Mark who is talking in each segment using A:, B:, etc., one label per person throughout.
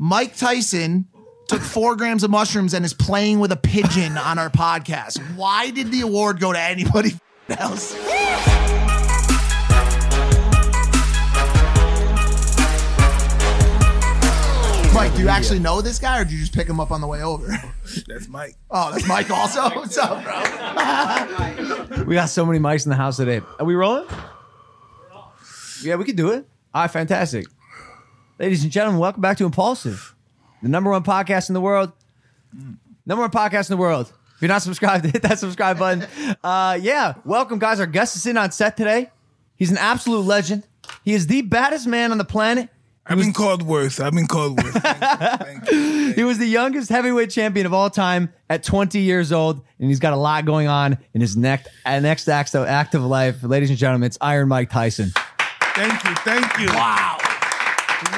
A: Mike Tyson took four grams of mushrooms and is playing with a pigeon on our podcast. Why did the award go to anybody else? Mike, do you actually know this guy, or did you just pick him up on the way over?
B: That's Mike.
A: Oh, that's Mike also. What's up, bro?
C: We got so many mics in the house today. Are we rolling? Yeah, we can do it. All right, fantastic. Ladies and gentlemen, welcome back to Impulsive, the number one podcast in the world. Number one podcast in the world. If you're not subscribed, hit that subscribe button. Uh, yeah, welcome, guys. Our guest is in on set today. He's an absolute legend. He is the baddest man on the planet.
B: I've been called worse. I've been called worse. Thank you. Thank you.
C: He was the youngest heavyweight champion of all time at 20 years old, and he's got a lot going on in his next uh, next act of, act of life. Ladies and gentlemen, it's Iron Mike Tyson.
B: Thank you. Thank you.
A: Wow,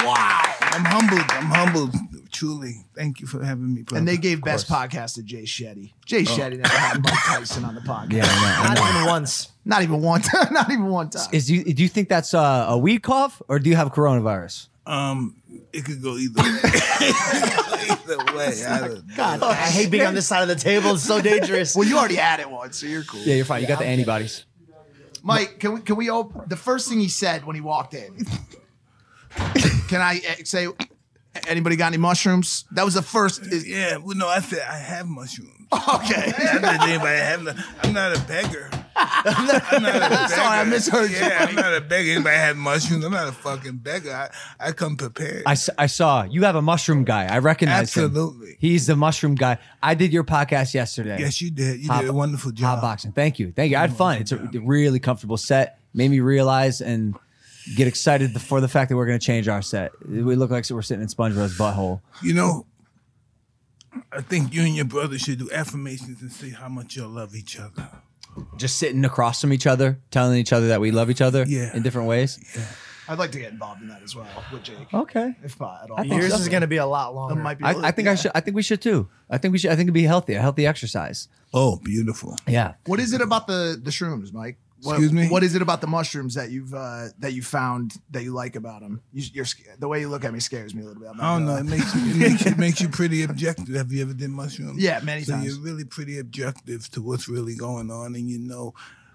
A: wow.
B: I'm humbled. I'm humbled. Truly. Thank you for having me, brother.
A: And they gave best podcast to Jay Shetty. Jay
B: Oh.
A: Shetty never had Mike Tyson on the podcast.
D: Not even once.
A: Not even one time. Not even one time.
C: Is you do you think that's uh, a weed cough or do you have coronavirus?
B: um, it could go either way. either way. I don't
A: God,
D: I hate being on this side of the table. It's so dangerous.
A: Well, you already had it once, so you're cool.
C: Yeah, you're fine. you got the antibodies.
A: Mike, can we can we open the first thing he said when he walked in? can I eh, say? Anybody got any mushrooms? That was the first. eh,
B: know. yeah. Well, no, I said I have mushrooms.
A: Okay.
B: I didn't think anybody have them. I'm not a beggar. I'm not a beggar.
A: Sorry, I misheard you.
B: Yeah, I'm not a beggar. Anybody have mushrooms? I'm not a fucking beggar. I, I come prepared.
C: I, s- I saw you have a mushroom guy. I recognize him.
B: Absolutely.
C: He's the mushroom guy. I did your podcast yesterday.
B: yes, you did. You
C: Hot-
B: did a wonderful
C: Hot
B: job.
C: boxing. Thank you. Thank you. I had fun. It's a really comfortable set. Made me realize and get excited for the fact that we're going to change our set. We look like we're sitting in SpongeBob's butthole.
B: You know, I think you and your brother should do affirmations and see how much you'll love each other.
C: Just sitting across from each other, telling each other that we love each other
B: Yeah.
C: in different ways.
A: I'd like to get involved in that as well with Jake,
C: Okay.
A: if not at all.
D: Yours is going to be a lot
A: It
D: longer.
A: might be. a
C: I,
A: little-
C: I think I
A: yeah.
C: should. I think we should too. I think we should. I think it'd be healthy. A healthy exercise.
B: Oh, beautiful.
C: Yeah.
A: What is it about the the shrooms, Mike? What,
B: Excuse me?
A: What is it about the mushrooms that you've uh, that you found that you like about them? You, you're sca- the way you look at me scares me a little bit. I'm not
B: I don't know.
A: gonna
B: It
A: lie.
B: makes you, it makes you, makes you pretty objective. Have you ever done mushrooms?
A: Yeah, many
B: so
A: times.
B: you're really pretty objective to what's really going on, and you know,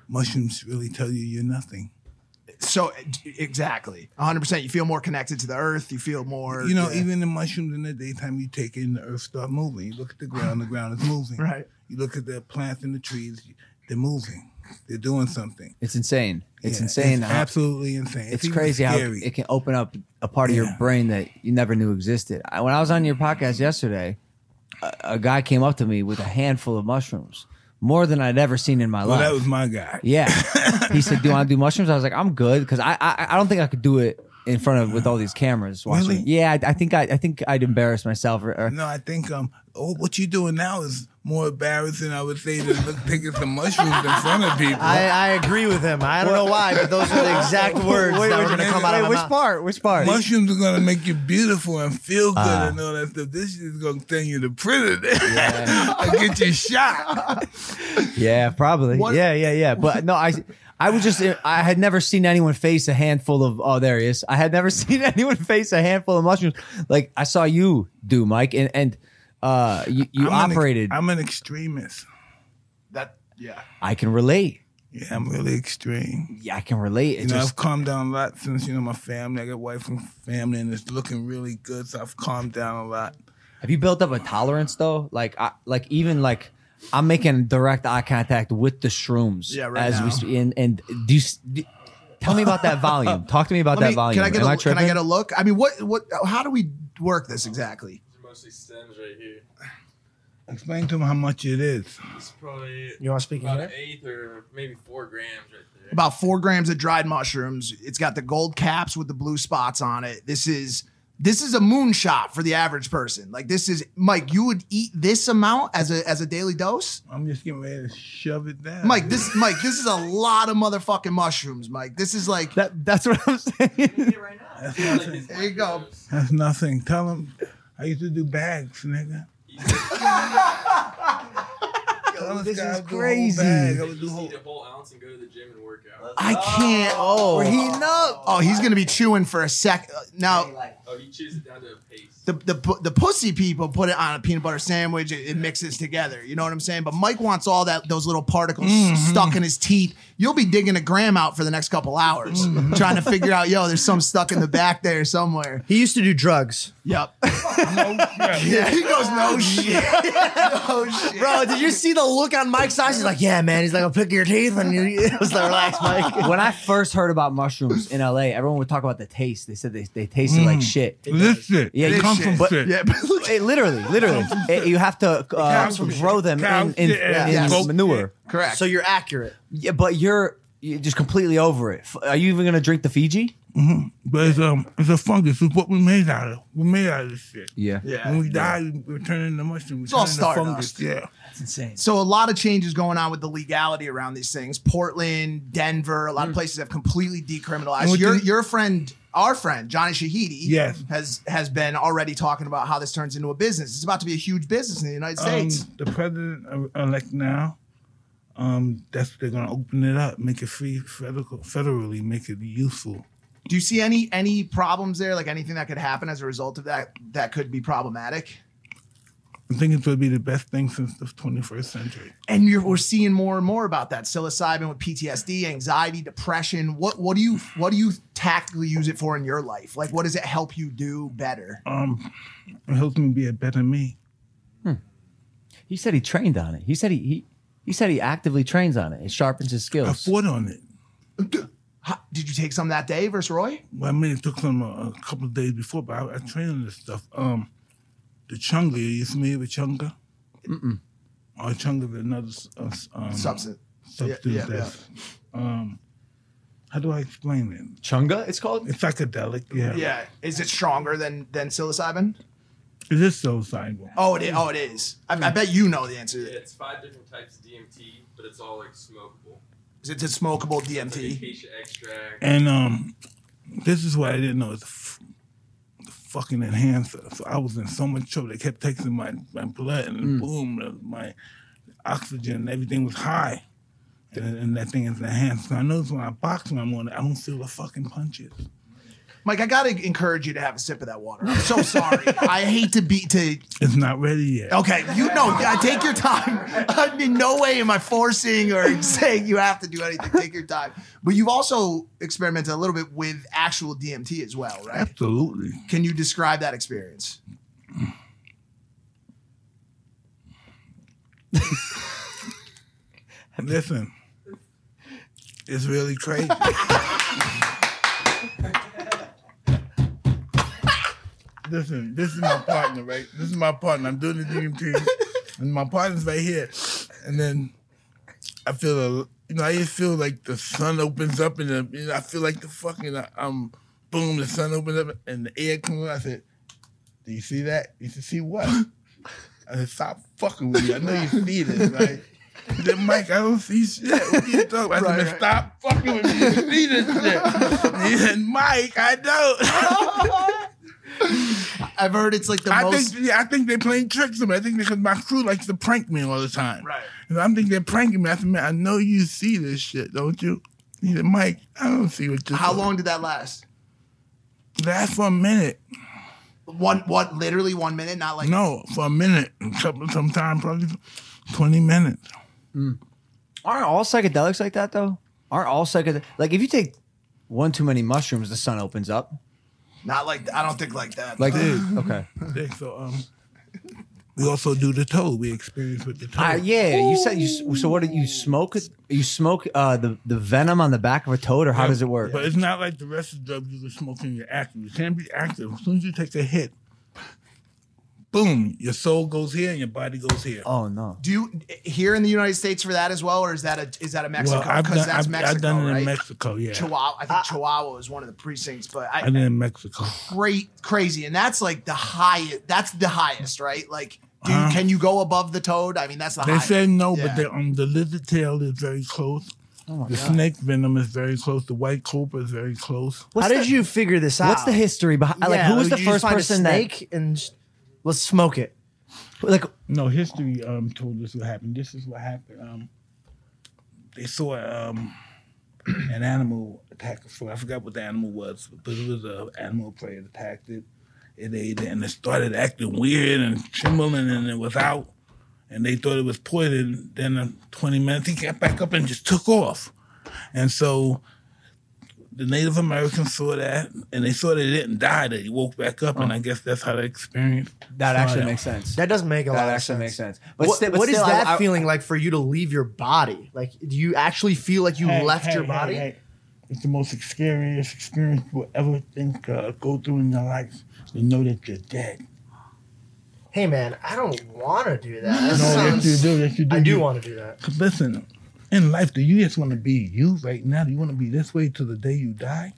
B: mushrooms really tell you you're nothing.
A: So e- exactly, 100. percent You feel more connected to the earth. You feel more.
B: You know,
A: yeah.
B: even the mushrooms in the daytime, you take in the earth start moving. You look at the ground, the ground is moving.
A: Right.
B: You look at the plants and the trees, they're moving. They're doing something.
C: It's insane. It's
B: Yeah,
C: insane.
B: It's
C: how-
B: absolutely insane.
C: it's
B: even
C: crazy how
B: scary.
C: it can open up a part of your
B: Yeah.
C: brain that you never knew existed. I, when I was on your podcast yesterday, a, a guy came up to me with a handful of mushrooms, more than I'd ever seen in my
B: Well,
C: life.
B: that was my guy.
C: yeah, he said, "Do you want to do mushrooms?" I was like, "I'm good," because I, I I don't think I could do it in front of with all these cameras. Watching.
B: Really?
C: Yeah, I, I think I, I think I'd embarrass myself. Or, or
B: No, I think um, oh, what you doing now is more embarrassing. I would say than look, taking some mushrooms in front of people.
D: I, I agree with him. I don't know why, but those are the exact words that were going to come out of my
C: which
D: mouth.
C: part? Which part?
B: Mushrooms are gonna make you beautiful and feel good
C: Uh.
B: and all that stuff. This shit is gonna send you to prison. I'll get you shot.
C: Yeah, probably.
A: What-
C: Yeah, yeah, yeah. But no, I I was just I had never seen anyone face a handful of oh there he is. I had never seen anyone face a handful of mushrooms like I saw you do, Mike, and and uh you, you
B: I'm an ex-
C: operated.
B: I'm an extremist.
A: that. Yeah.
C: I can relate.
B: Yeah, I'm really extreme.
C: Yeah, I can relate. It
B: You know,
C: just
B: I've calmed down a lot since you know my family. I got wife and family, and it's looking really good. So I've calmed down a lot.
C: have you built up a tolerance though? Like I like even like I'm making direct eye contact with the shrooms
A: Yeah, right
C: as
A: now.
C: we speak. And, and do you s- do- tell me about that volume? Talk to me about
A: Let
C: that
A: me, can
C: volume.
A: I get
C: Am
A: a
C: I
A: can I
C: tripping?
A: get a look? I mean, what what? How do we work this exactly?
E: mostly stems right here.
B: Explain to them how much it is.
E: It's probably
D: You want to speak in
E: about an
D: here?
E: eighth or maybe four grams right there.
A: about four grams of dried mushrooms. It's got the gold caps with the blue spots on it. This is this is a moonshot for the average person. Like this is Mike. You would eat this amount as a as a daily dose,
B: I'm just getting ready to shove it down.
A: Mike. This Mike. This is a lot of motherfucking mushrooms, Mike. This is like
C: That, that's what I'm saying.
A: there you go.
B: That's nothing. Tell them I used to do bags, nigga. Tell this
C: is
B: guy I would do a whole
C: crazy.
B: bag. I would do whole-
E: Eat a whole ounce and go to the gym and work out.
A: I can't. Oh,
C: Or he no.
A: oh, he's gonna be chewing for a sec. Now
E: Oh, you choose it down to a paste.
A: the, the pu- the pussy people put it on a peanut butter sandwich. It, it mixes together. You know what I'm saying? But Mike wants all that those little particles stuck in his teeth. You'll be digging a gram out for the next couple hours, trying to figure out. Yo, there's some stuck in the back there somewhere.
C: He used to do drugs.
A: Yep.
B: No crap.
A: Yeah. He goes, no shit, no shit.
C: Bro, Oh, did you see the look on Mike's eyes? He's like, yeah, man. He's like, I'll pick your teeth. And you, it was like, relax, Mike.
F: when I first heard about mushrooms in LA, everyone would talk about the taste. They said they, they tasted like shit.
B: This shit.
F: Yeah,
B: Mm. they
F: you-
B: come
A: shit.
B: from
A: But-
B: shit.
A: Yeah, but look,
F: It literally, literally, It- you have to uh,
B: Cows from shit.
F: grow them in,
B: Cows,
F: in,
B: yeah,
F: in
A: yeah. Goat
F: manure.
A: correct.
C: So you're accurate.
F: Yeah, but you're, you're just completely over it. F- Are you even gonna drink the Fiji?
B: But it's um, it's a fungus. It's what we made out of. We made out of this shit.
F: Yeah,
B: When
A: yeah.
B: we die, we're turning into mushroom. It's
A: all
B: fungus.
A: stardust.
B: Yeah.
F: that's insane.
A: So a lot of changes going on with the legality around these things. Portland, Denver, a lot
B: Mm.
A: of places have completely
B: And
A: decriminalized.
B: with
A: Your
B: the-
A: your friend, our friend Johnny Shahidi,
B: Yes.
A: has has been already talking about how this turns into a business. It's about to be a huge business in the United
B: Um,
A: States.
B: the president elect now. Um, that's they're gonna open it up, make it free federal, federally, make it useful.
A: Do you see any any problems there? Like anything that could happen as a result of that that could be problematic?
B: I think it's gonna be the best thing since the 21st century.
A: And you're, we're seeing more and more about that psilocybin with PTSD, anxiety, depression. What what do you what do you tactically use it for in your life? Like what does it help you do better?
B: Um, it helps me be a better me.
F: He said he trained on it. He said he he, he said he actively trains on it. It sharpens his
B: I
F: skills.
B: fought on it.
A: How- did you take some that day versus Roy?
B: Well, I mean, it took some uh, a couple of days before, but I, I trained on this stuff. Um, the chunga, are you familiar with chunga? Mm-mm. Or chunga is another s- uh, s- um,
A: Substance.
B: substance.
A: Yeah, yeah,
B: that's, Um, how do I explain it?
F: Chunga, it's called.
B: It's psychedelic. Yeah.
A: Yeah. Is it stronger than than psilocybin?
B: It is psilocybin.
A: Oh, it is. Oh, it is. I, I bet you know the answer.
E: Yeah, it's five different types of DMT, but it's all like smokable.
A: Is it the smokable
E: It's like
A: DMT?
E: acacia extract.
B: And um, this is what I didn't know. It's a f- the fucking enhancer. So I was in so much trouble. They kept taking my, my blood and boom, the- my oxygen and everything was high. And, and that thing is enhanced. So I notice when I box when I'm on it, I don't feel the fucking punches.
A: Mike, I gotta encourage you to have a sip of that water. I'm so sorry. I hate to be to.
B: It's not ready yet.
A: Okay, you know, yeah, take your time. I'm in no way am I forcing or saying you have to do anything. Take your time. But you've also experimented a little bit with actual DMT as well, right?
B: Absolutely.
A: Can you describe that experience?
B: Listen, it's really crazy. Listen, this is my partner, right? This is my partner. I'm doing the DMT, and my partner's right here. And then I feel, a, you know, I just feel like the sun opens up, and the, you know, I feel like the fucking, uh, um, boom, the sun opens up, and the air comes. out. I said, "Do you see that? You said, see what?" I said, "Stop fucking with me. I know you see this, right?" Then Mike, I don't see shit. What you talking about? I said, "Man, stop fucking with me. You see this shit. He said, Mike, I don't.
A: I've heard it's like the
B: I
A: most.
B: think yeah, I think they're playing tricks on me. I think because my crew likes to prank me all the time.
A: Right.
B: And I think they're pranking me. I said, man, I know you see this shit, don't you? He said, Mike, I don't see what you're
A: How
B: doing."
A: long did that last?
B: That's for a minute.
A: One, what? Literally one minute, not like
B: No, for a minute. Some- Sometime probably 20 minutes.
F: Aren't all psychedelics like that though? Aren't all psychedelics like if you take one too many mushrooms, the sun opens up?
A: Not like I don't think like that.
F: Like
B: Dude.
F: okay,
B: Dick, So um, we also do the toe. We experience with the toe.
F: Uh, yeah. You said you. s- So what did you smoke? it- You smoke uh, the the venom on the back of a toad, or how does it work?
B: But it's not like the rest of the drugs you can smoke and you're active. You can't be active. As soon as you take a hit, boom, your soul goes here and your body goes here.
F: oh no.
A: Do you here in the United States for that as well, or is that a is that a Mexico?
B: well, I've
A: Because
B: done,
A: that's
B: I've,
A: Mexico,
B: I've done it
A: right?
B: in Mexico, yeah.
A: Chihuahua, I think
F: Uh,
A: Chihuahua is one of the precincts, but I,
B: I did it in Mexico.
A: great crazy, and that's like the highest. That's the highest, right? Like, do you, can you go above the toad? I mean, that's the
B: They
A: highest.
B: say no,
A: Yeah. Oh
B: but they, um, the lizard tail is very close. the snake venom is very close. The white cobra is very close.
C: How did you figure this out?
F: What's the history behind? like,
C: Yeah,
F: who was
C: did
F: the
C: you just
F: first
C: find a
F: person that?
C: snake and just- let's smoke it.
F: Like,
B: No, history um, told us what happened. This is what happened. Um, they saw um, an animal attack a frog. I forgot what the animal was, but it was an animal prey that attacked it. It ate it and it started acting weird and trembling and it was out. And they thought it was poison. Then in 20 minutes, he got back up and just took off. And so the Native Americans saw that and they saw they didn't die, that he woke back up. And I guess that's how they experienced
F: That actually
B: started.
F: makes sense. That,
C: That doesn't make a lot of
F: actually
C: sense.
F: makes sense. But,
C: But
F: sti- but
C: what is
F: still, I-
C: that
F: I-
C: feeling like for you to leave your body? Like, do you actually feel like you
B: Hey,
C: left
B: hey,
C: your
B: hey,
C: body?
B: hey. It's the most scariest experience you will ever think uh, go through in your life. You know that you're dead.
C: Hey, man, I don't want to do that.
B: No,
C: that
B: yes
C: sounds,
B: you do. Yes you do.
C: I do
B: You-
C: want to do that.
B: Listen, in life, do you just want to be you right now? Do you want to be this way till the day you die?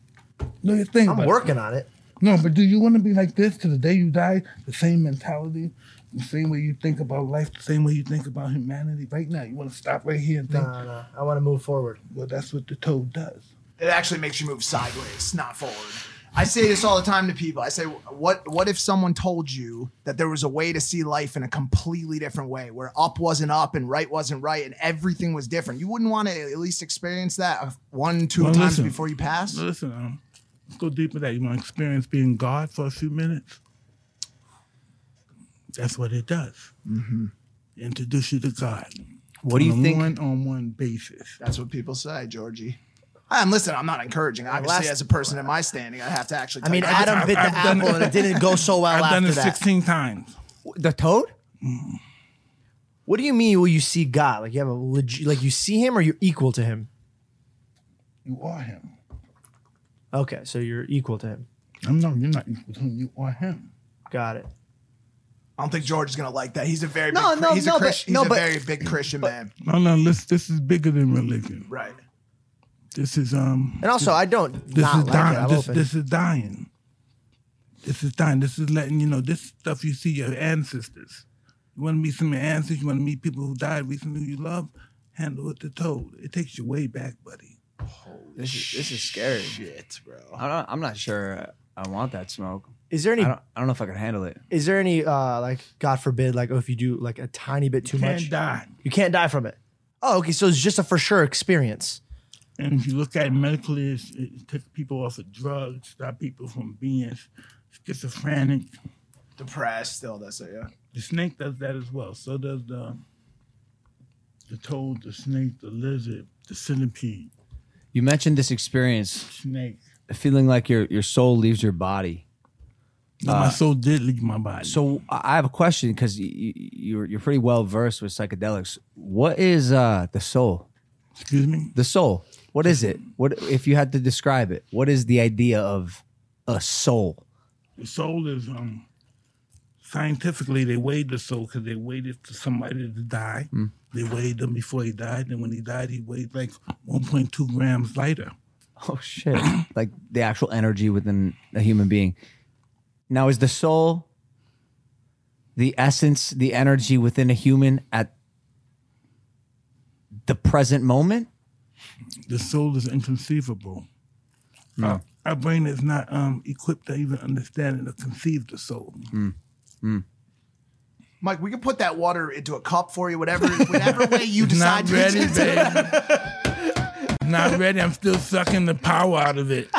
B: No, you think
C: I'm
B: about it.
C: working on it.
B: No, but do you want to be like this till the day you die? The same mentality, the same way you think about life, the same way you think about humanity. Right now, you want to stop right here and
C: No,
B: think,
C: no, no. I want to move forward.
B: well, that's what the toad does.
A: It actually makes you move sideways, not forward. I say this all the time to people. I say, what what if someone told you that there was a way to see life in a completely different way, where up wasn't up and right wasn't right, and everything was different? You wouldn't want to at least experience that uh, one, two
B: Well,
A: times
B: listen.
A: before you pass.
B: Listen, um, let's go deep with that. You want to experience being God for a few minutes? That's what it does. Mm-hmm. Introduce you to God.
F: what do you think?
B: One on one basis.
A: That's what people say, Georgie. And listen, I'm not encouraging. Obviously,
C: last-
A: as a person in my standing, I have to actually.
C: I mean,
A: tell you-
C: Adam bit the
B: I've done-
C: apple and it didn't go so well
B: I've
C: after
B: done it
C: that.
B: 16 times.
F: The toad?
C: What do you mean? Will you see God? Like you have a legit, like you see him, or you're equal to him?
B: You are Him.
C: Okay, so you're equal to him.
B: I'm no, you're not equal to Him. You are Him.
C: Got it.
A: I don't think George is gonna like that. He's a very
C: No,
A: big,
C: no,
A: he's
C: no,
A: a
C: but-
A: Christian.
C: no,
A: he's a
C: but-
A: very big Christian man,
B: No, no, this, this is bigger than religion.
A: right?
B: This is um.
C: And also, I don't
B: This
C: not
B: is
C: like it.
B: dying.
C: I'm
B: This,
C: open.
B: this is dying. This is dying. This is letting you know. This stuff you see your ancestors. You want to meet some of your ancestors. You want to meet people who died recently. You love. Handle it the toad. It takes you way back, buddy.
F: This is this is scary.
A: Shit, bro.
F: I don't, I'm not sure I want that smoke.
C: is there
F: I
C: any?
F: don't, I don't know if I can handle it.
C: Is there any? uh Like God forbid, like oh, if you do like a tiny bit too
B: Can't
C: much,
B: die.
C: you can't die from it. Oh, okay. So it's just a for sure experience.
B: And if you look at it medically, it's, it takes people off of drugs. Stop people from being schizophrenic.
A: Depressed still. That's it. Yeah.
B: The snake does that as well. So does the the toad, the snake, the lizard, the centipede,
F: You mentioned this experience,
B: snake.
F: feeling like your your soul leaves your body.
B: No, my soul did leave my body.
F: So I I have a question because you, you're you're pretty well versed with psychedelics. What is uh the soul?
B: excuse me.
F: The soul. What is it? What if you had to describe it? What is the idea of a soul?
B: The soul is um scientifically they weighed the soul because they waited for somebody to die. They weighed him before he died, and when he died, he weighed like 1.2 grams lighter.
F: Oh shit! like the actual energy within a human being. Now, is the soul the essence, the energy within a human at the present moment?
B: The soul is inconceivable. Our, our brain is not um, equipped to even understand and to conceive the soul.
A: Mike, we can put that water into a cup for you, whatever, whatever way you decide
B: Not
A: to
B: ready, babe. Not ready. I'm still sucking the power out of it.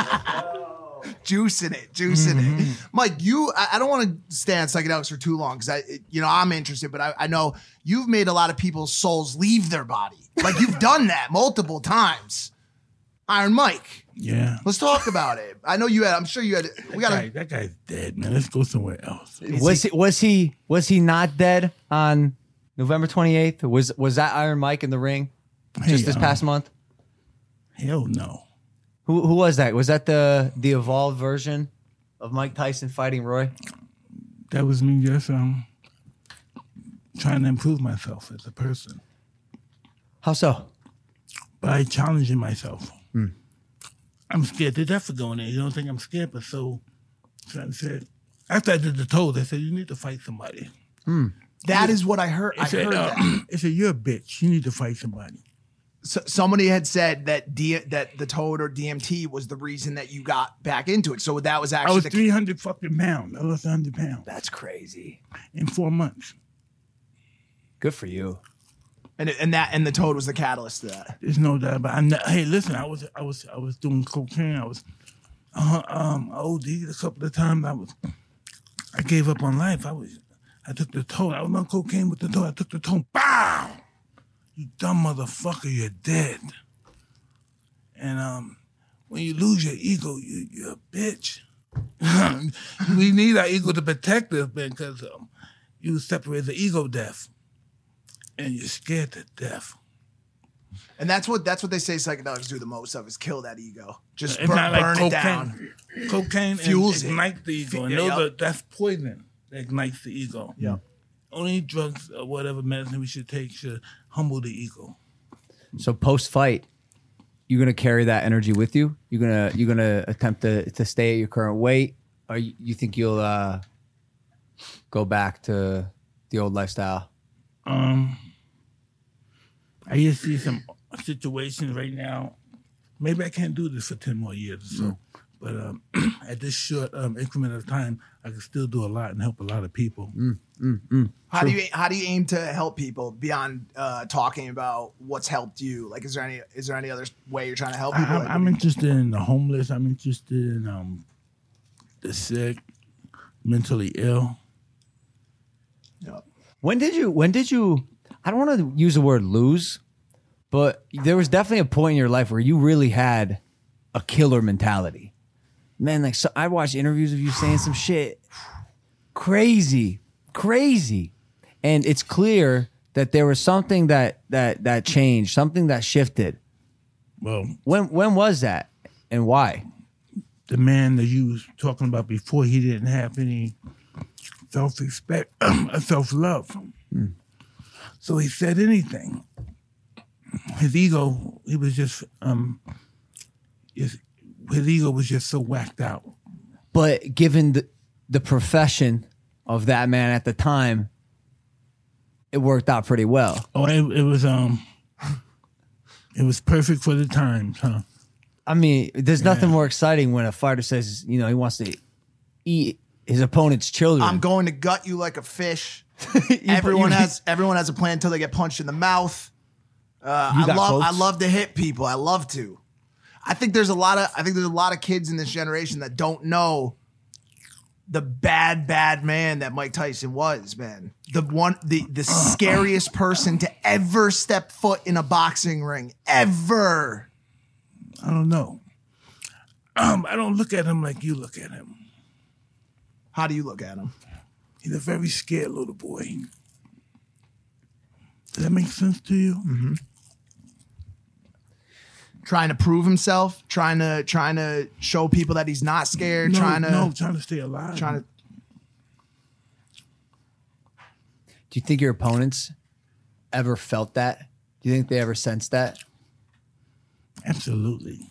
A: juicing it, juicing it.
B: Mm-hmm.
A: Mike, you, I, I don't want to stay on psychedelics for too long because I, it- you know, I'm interested, but I, I know you've made a lot of people's souls leave their body. Like you've done that multiple times. Iron Mike,
B: Yeah.
A: let's talk about it. I know you had, I'm sure you had, we got
B: Guy,
A: to,
B: that guy's dead, man. Let's go somewhere else.
F: was he, was he was he not dead on November twenty eighth? Was was that Iron Mike in the ring just
B: Hey,
F: this
B: um,
F: past month?
B: Hell no.
F: Who who was that? Was that the the evolved version of Mike Tyson fighting Roy?
B: that was me just um trying to improve myself as a person
F: How so?
B: by challenging myself. I'm scared to death for going there. You don't think I'm scared, but so so I said after I did the toll, they said you need to fight somebody.
A: that is what I heard. I
B: They said,
A: heard
B: uh,
A: that.
B: they said you're a bitch. You need to fight somebody.
A: So, somebody had said that D, that the toad or DMT was the reason that you got back into it. So that was
B: I
A: actually
B: was
A: the,
B: 300 fucking pounds. I lost 100 pounds
F: That's crazy.
B: in four months.
F: Good for you.
A: and, and that, and the toad was the catalyst to that.
B: There's no doubt about. I'm not, hey, listen, I was I was uh-huh, I was doing cocaine. I was uh, um OD a couple of times. I was I gave up on life. I was, I took the toll. I was on cocaine with the toll. I took the toll. Bow! You dumb motherfucker, you're dead. And um, when you lose your ego, you, you're a bitch. we need our ego to protect us, man, because um, you separate the ego death, and you're scared to death.
A: And that's what that's what they say psychedelics do the most of is kill that ego. Just
B: It's
A: burn,
B: not like
A: burn
B: cocaine.
A: it down.
B: Cocaine
A: Fuels
B: fuels
A: it.
B: ignites the ego, and
A: Yeah,
B: those
A: yup.
B: are, that's poison that ignites the ego.
A: Yeah.
B: Only drugs or whatever medicine we should take should humble the ego.
F: So post fight, you're gonna carry that energy with you. You're gonna you're gonna attempt to to stay at your current weight, or you, you think you'll uh, go back to the old lifestyle?
B: Um, I just see some situations right now. Maybe I can't do this for ten more years or so,
A: Mm.
B: but um, at this short um, increment of time, I can still do a lot and help a lot of people.
A: Mm. How do you how do you aim to help people beyond uh, talking about what's helped you? Like, is there any is there any other way you're trying to help people?
B: I,
A: Like,
B: I'm, I'm interested in the homeless. I'm interested in um, the sick, mentally ill.
A: you know,
F: When did you? When did you? I don't want to use the word lose, but there was definitely a point in your life where you really had a killer mentality. Man, like so, I watched interviews of you saying some shit crazy, crazy, and it's clear that there was something that that that changed, something that shifted.
B: Well,
F: When when was that, and why?
B: the man that you was talking about before, he didn't have any self-respect, self-love. Hmm. So he said anything. His ego, he was just, um, his, his ego was just so whacked out.
F: But given the the profession of that man at the time, it worked out pretty well.
B: Oh, it, it was, um, it was perfect for the times, huh?
F: I mean, there's nothing more exciting when a fighter says, you know, he wants to eat his opponent's children.
A: I'm going to gut you like a fish.
F: You-
A: everyone
F: you-
A: has everyone has a plan until they get punched in the mouth. Uh, I
F: got
A: love
F: quotes?
A: I love to hit people. I love to. I think there's a lot of I think there's a lot of kids in this generation that don't know the bad bad man that Mike Tyson was, man. The one the the scariest person to ever step foot in a boxing ring ever.
B: I don't know. Um, I don't look at him like you look at him.
A: How do you look at him?
B: He's a very scared little boy. Does that make sense to you?
A: Trying to prove himself, trying to trying to show people that he's not scared,
B: No,
A: trying to
B: no, trying to stay alive.
A: trying to
F: Do you think your opponents ever felt that? Do you think they ever sensed that?
B: absolutely.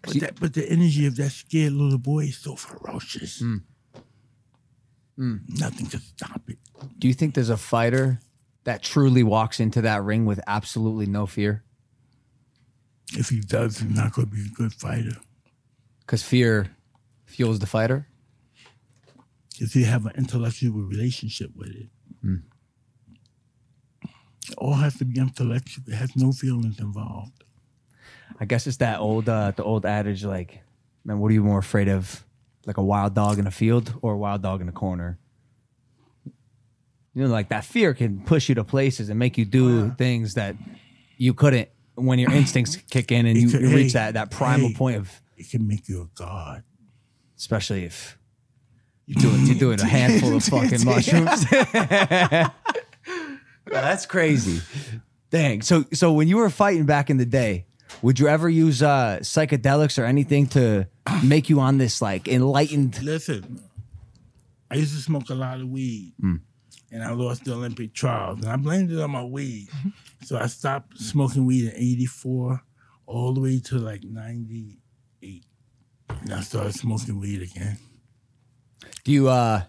B: But,
F: you-
B: that, but the energy of that scared little boy is so ferocious.
A: Mm.
B: Nothing can stop it.
F: Do you think there's a fighter that truly walks into that ring with absolutely no fear?
B: If he does, he's not going to be a good fighter.
F: Because fear fuels the fighter.
B: if you have an intellectual relationship with it.
A: Mm.
B: It all has to be intellectual. It has no feelings involved.
F: I guess it's that old, uh, the old adage, like, man, what are you more afraid of, like a wild dog in a field or a wild dog in a corner? You know, like that fear can push you to places and make you do things that you couldn't when your instincts kick in and you,
B: It could-
F: you reach
B: hey,
F: that that primal
B: hey.
F: point of,
B: It can make you a god.
F: especially if you do it, you're doing a handful of fucking mushrooms. that's crazy. Dang. So so when you were fighting back in the day, would you ever use uh, psychedelics or anything to make you on this like enlightened?
B: Listen, I used to smoke a lot of weed, and I lost the Olympic trials, and I blamed it on my weed. so I stopped smoking weed in '84, all the way to like '98, and I started smoking weed again.
F: Do you uh,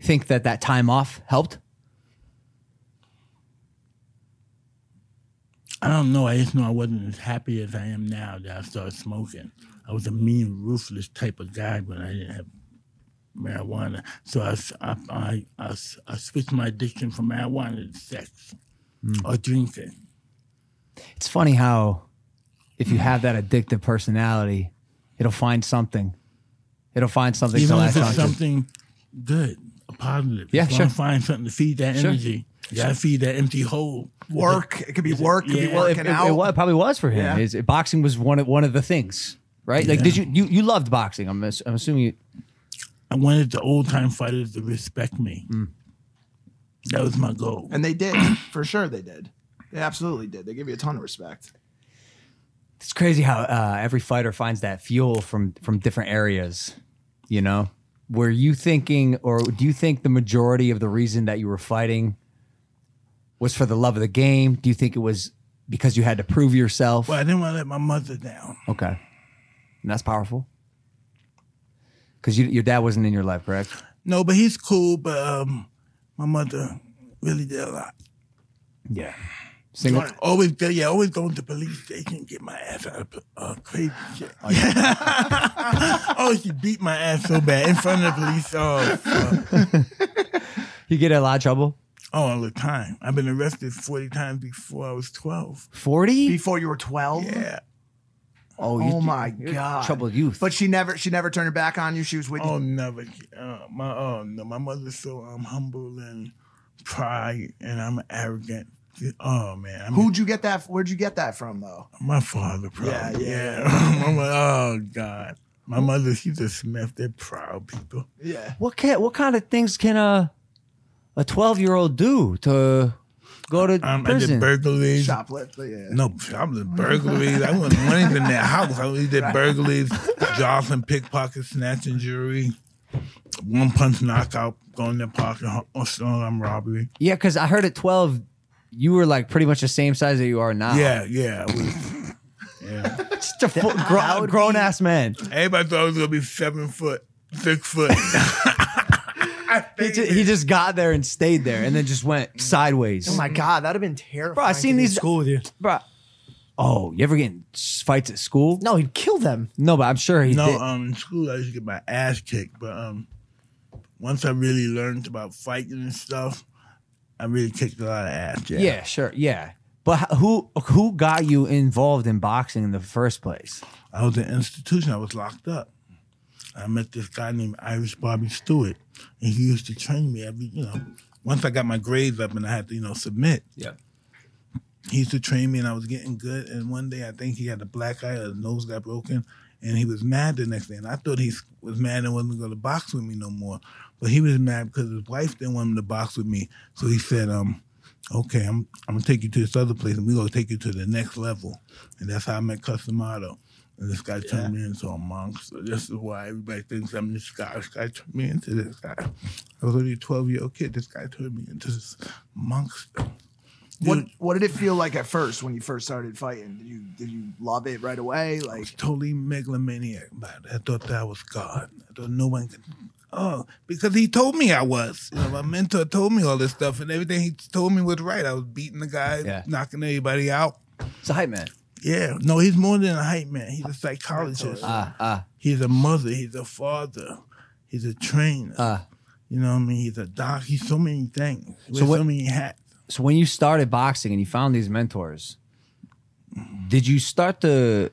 F: think that that time off helped?
B: I don't know. I just know I wasn't as happy as I am now that I started smoking. I was a mean, ruthless type of guy when I didn't have marijuana. So I, s- I, I- I s- I switched my addiction from marijuana to sex or drinking.
F: It's funny how if you have that addictive personality, it'll find something it'll find something to
B: Even if
F: latch
B: it's
F: onto.
B: something good, a positive.
F: Yeah,
B: Just wanna
F: sure.
B: Find something to feed that
F: Sure.
B: energy. Yeah, feed that empty hole.
A: Work. It could be work. Could be
B: yeah.
F: Well, it,
A: working
F: it- it
A: out.
F: wa- it probably was for him.
A: Yeah.
F: His- boxing was one of one of the things, right? Like, did you you you loved boxing? I'm ass- I'm assuming you.
B: I wanted the old time fighters to respect me.
F: Mm.
B: That was my goal.
A: and they did for sure. They did. They absolutely did. They give you a ton of respect.
F: It's crazy how uh, every fighter finds that fuel from from different areas. You know, were you thinking, or do you think the majority of the reason that you were fighting was for the love of the game? Do you think it was because you had to prove yourself?
B: But I didn't want to let my mother down.
F: Okay, and that's powerful. Because you, your dad wasn't in your life, correct?
B: No, but he's cool. But um, my mother really did a lot.
F: Yeah. Single.
B: Always, go- yeah, always going to police station and get my ass out of uh, crazy shit. oh, she beat my ass so bad in front of the police. Oh, fuck.
F: You get in a lot of trouble.
B: oh, all the time. I've been arrested forty times before I was twelve.
F: Forty.
A: Before you were twelve.
B: Yeah.
F: Oh,
A: Oh my god.
F: Troubled youth.
A: But she never she never turned her back on you. She was with you.
B: Oh, never. Uh, my oh no, my mother's so um humble and pride, and I'm arrogant. Oh man, I'm
A: Who'd you get that? Where'd you get that from though?
B: My father, probably.
A: yeah.
B: Yeah, yeah. My mo- oh God, my mother, she's a Smith. They're proud people.
A: Yeah.
F: what can what kind of things can a a twelve year old do to go to
B: Um, I
F: prison?
B: did burglaries.
A: Shoplift. Yeah.
B: No, I was burglaries. I wasn't wanted in that house. I only did burglaries, jostling, pickpocket, snatching jewelry, one punch knockout, going to pocket, or strong oh, robbery.
F: yeah, because I heard at twelve you were like pretty much the same size that you are now.
B: Yeah, yeah. I was- yeah.
F: just a full, gro- grown ass man.
B: Everybody thought I was gonna be seven foot, six foot. I
F: He
B: think-
F: just, he just got there and stayed there, and then just went sideways.
C: Oh my god, that'd have been terrifying.
F: Bro, I
C: to be
F: seen
C: in
F: these-
C: school with you.
F: Bruh. Oh, you ever get in s- fights at school?
C: No, he'd kill them.
F: no, but I'm sure he
B: No,
F: did.
B: um, in school I used to get my ass kicked, but um, once I really learned about fighting and stuff, I really kicked a lot of ass. Yeah.
F: yeah. sure, yeah. But h- who who got you involved in boxing in the first place?
B: I was in an institution. I was locked up. I met this guy named Irish Bobby Stewart, and he used to train me every, you know, once I got my grades up and I had to, you know, submit.
E: Yeah.
B: He used to train me, and I was getting good. And one day, I think he had a black eye, or his nose got broken, and he was mad the next day. And I thought he was mad and wasn't going to box with me no more. But he was mad because his wife didn't want him to box with me. So he said, um, "Okay, I'm I'm gonna take you to this other place, and we're gonna take you to the next level." And that's how I met Customato. And this guy turned me into a monster. This is why everybody thinks I'm this guy. This guy turned me into this guy. I was only a 12 year old kid. This guy turned me into this monster.
A: What What did it feel like at first when you first started fighting? Did you Did you love it right away? Like
B: totally megalomaniac about it. I thought that I was God. I thought no one could. Oh, because he told me I was. You know, my mentor told me all this stuff, and everything he told me was right. I was beating the guys,
F: Yeah.
B: knocking everybody out.
F: It's a hype man.
B: Yeah, no, he's more than a hype man. He's a psychologist.
F: Ah, ah,
B: he's a mother. He's a father. He's a trainer.
F: ah.
B: you know what I mean? He's a doc. He's so many things. He
F: So
B: wears
F: what-
B: so many hats.
F: so when you started boxing and you found these mentors, did you start to?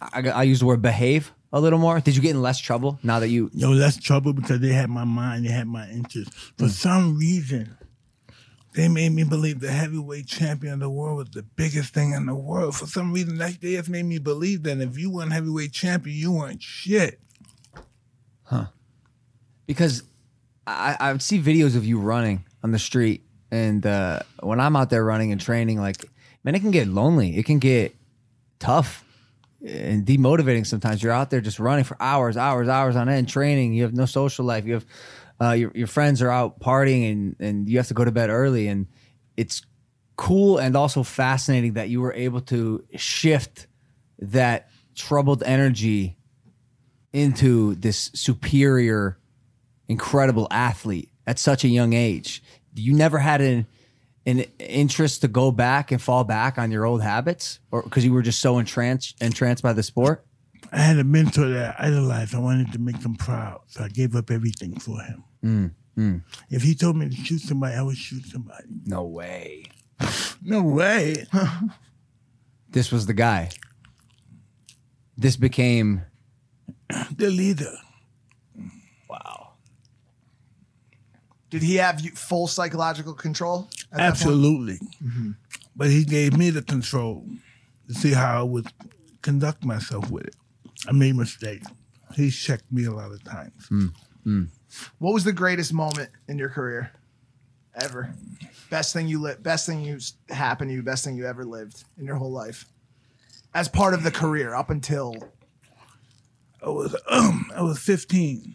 F: I, I use the word behave a little more. Did you get in less trouble now that you?
B: Yo, that's trouble because they had my mind, they had my interest. For some reason, they made me believe the heavyweight champion of the world was the biggest thing in the world. For some reason, that they just made me believe that if you weren't heavyweight champion, you weren't shit.
F: Because I, I would see videos of you running on the street, and uh, when I'm out there running and training, like man, it can get lonely. It can get tough and demotivating sometimes. You're out there just running for hours, hours, hours on end, training. You have no social life. You have uh, your your friends are out partying, and and you have to go to bed early. And it's cool and also fascinating that you were able to shift that troubled energy into this superior, incredible athlete at such a young age. You never had an an interest to go back and fall back on your old habits, or because you were just so entranced entranced by the sport.
B: I had a mentor that I idolized. I wanted to make him proud, so I gave up everything for him. If he told me to shoot somebody, I would shoot somebody.
F: No way.
B: No way.
F: This was the guy. This became
B: the leader.
F: Wow.
A: Did he have you- full psychological control? at that point? Mm-hmm.
B: Absolutely. But he gave me the control to see how I would conduct myself with it. I made mistakes. He checked me a lot of times.
A: What was the greatest moment in your career, ever? Best thing you lived. Best thing you s- happened to you. Best thing you ever lived in your whole life, as part of the career up until.
B: I was um, I was 15,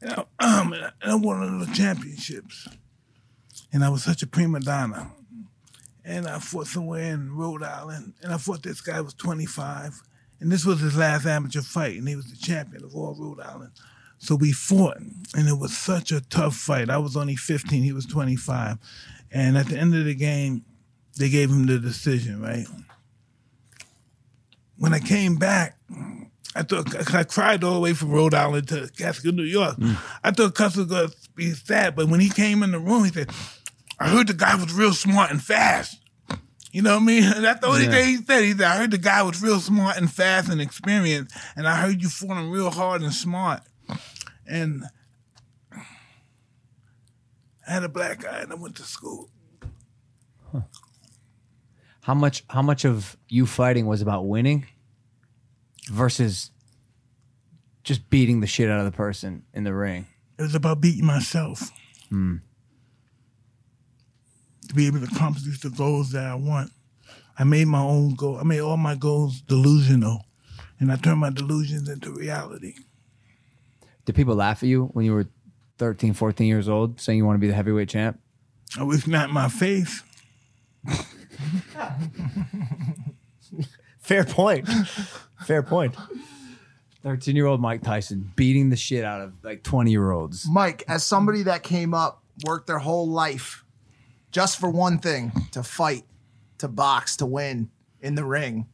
B: and I, um, and I- and I won a little championships, and I was such a prima donna, and I fought somewhere in Rhode Island, and I fought this guy who was 25, and this was his last amateur fight, and he was the champion of all Rhode Island, so we fought, and it was such a tough fight. I was only 15, he was 25, and at the end of the game, they gave him the decision, right? When I came back, I thought 'cause I cried all the way from Rhode Island to Catskill, New York. I thought Cuss was gonna be sad, but when he came in the room, he said, "I heard the guy was real smart and fast." You know what I mean? That's the only
F: Yeah.
B: thing he said. He said, "I heard the guy was real smart and fast and experienced, and I heard you fought him real hard and smart." And I had a black guy, and I went to school.
F: How much? How much of you fighting was about winning versus just beating the shit out of the person in the ring?
B: It was about beating myself. To be able to accomplish the goals that I want. I made my own goal. I made all my goals delusional. And I turned my delusions into reality.
F: Did people laugh at you when you were 13, 14 years old, saying you want to be the heavyweight champ?
B: I was not in my face.
C: Fair point. Fair point.
F: 13 year old Mike Tyson beating the shit out of like 20 year olds.
A: Mike, as somebody that came up, worked their whole life just for one thing to fight, to box, to win in the ring.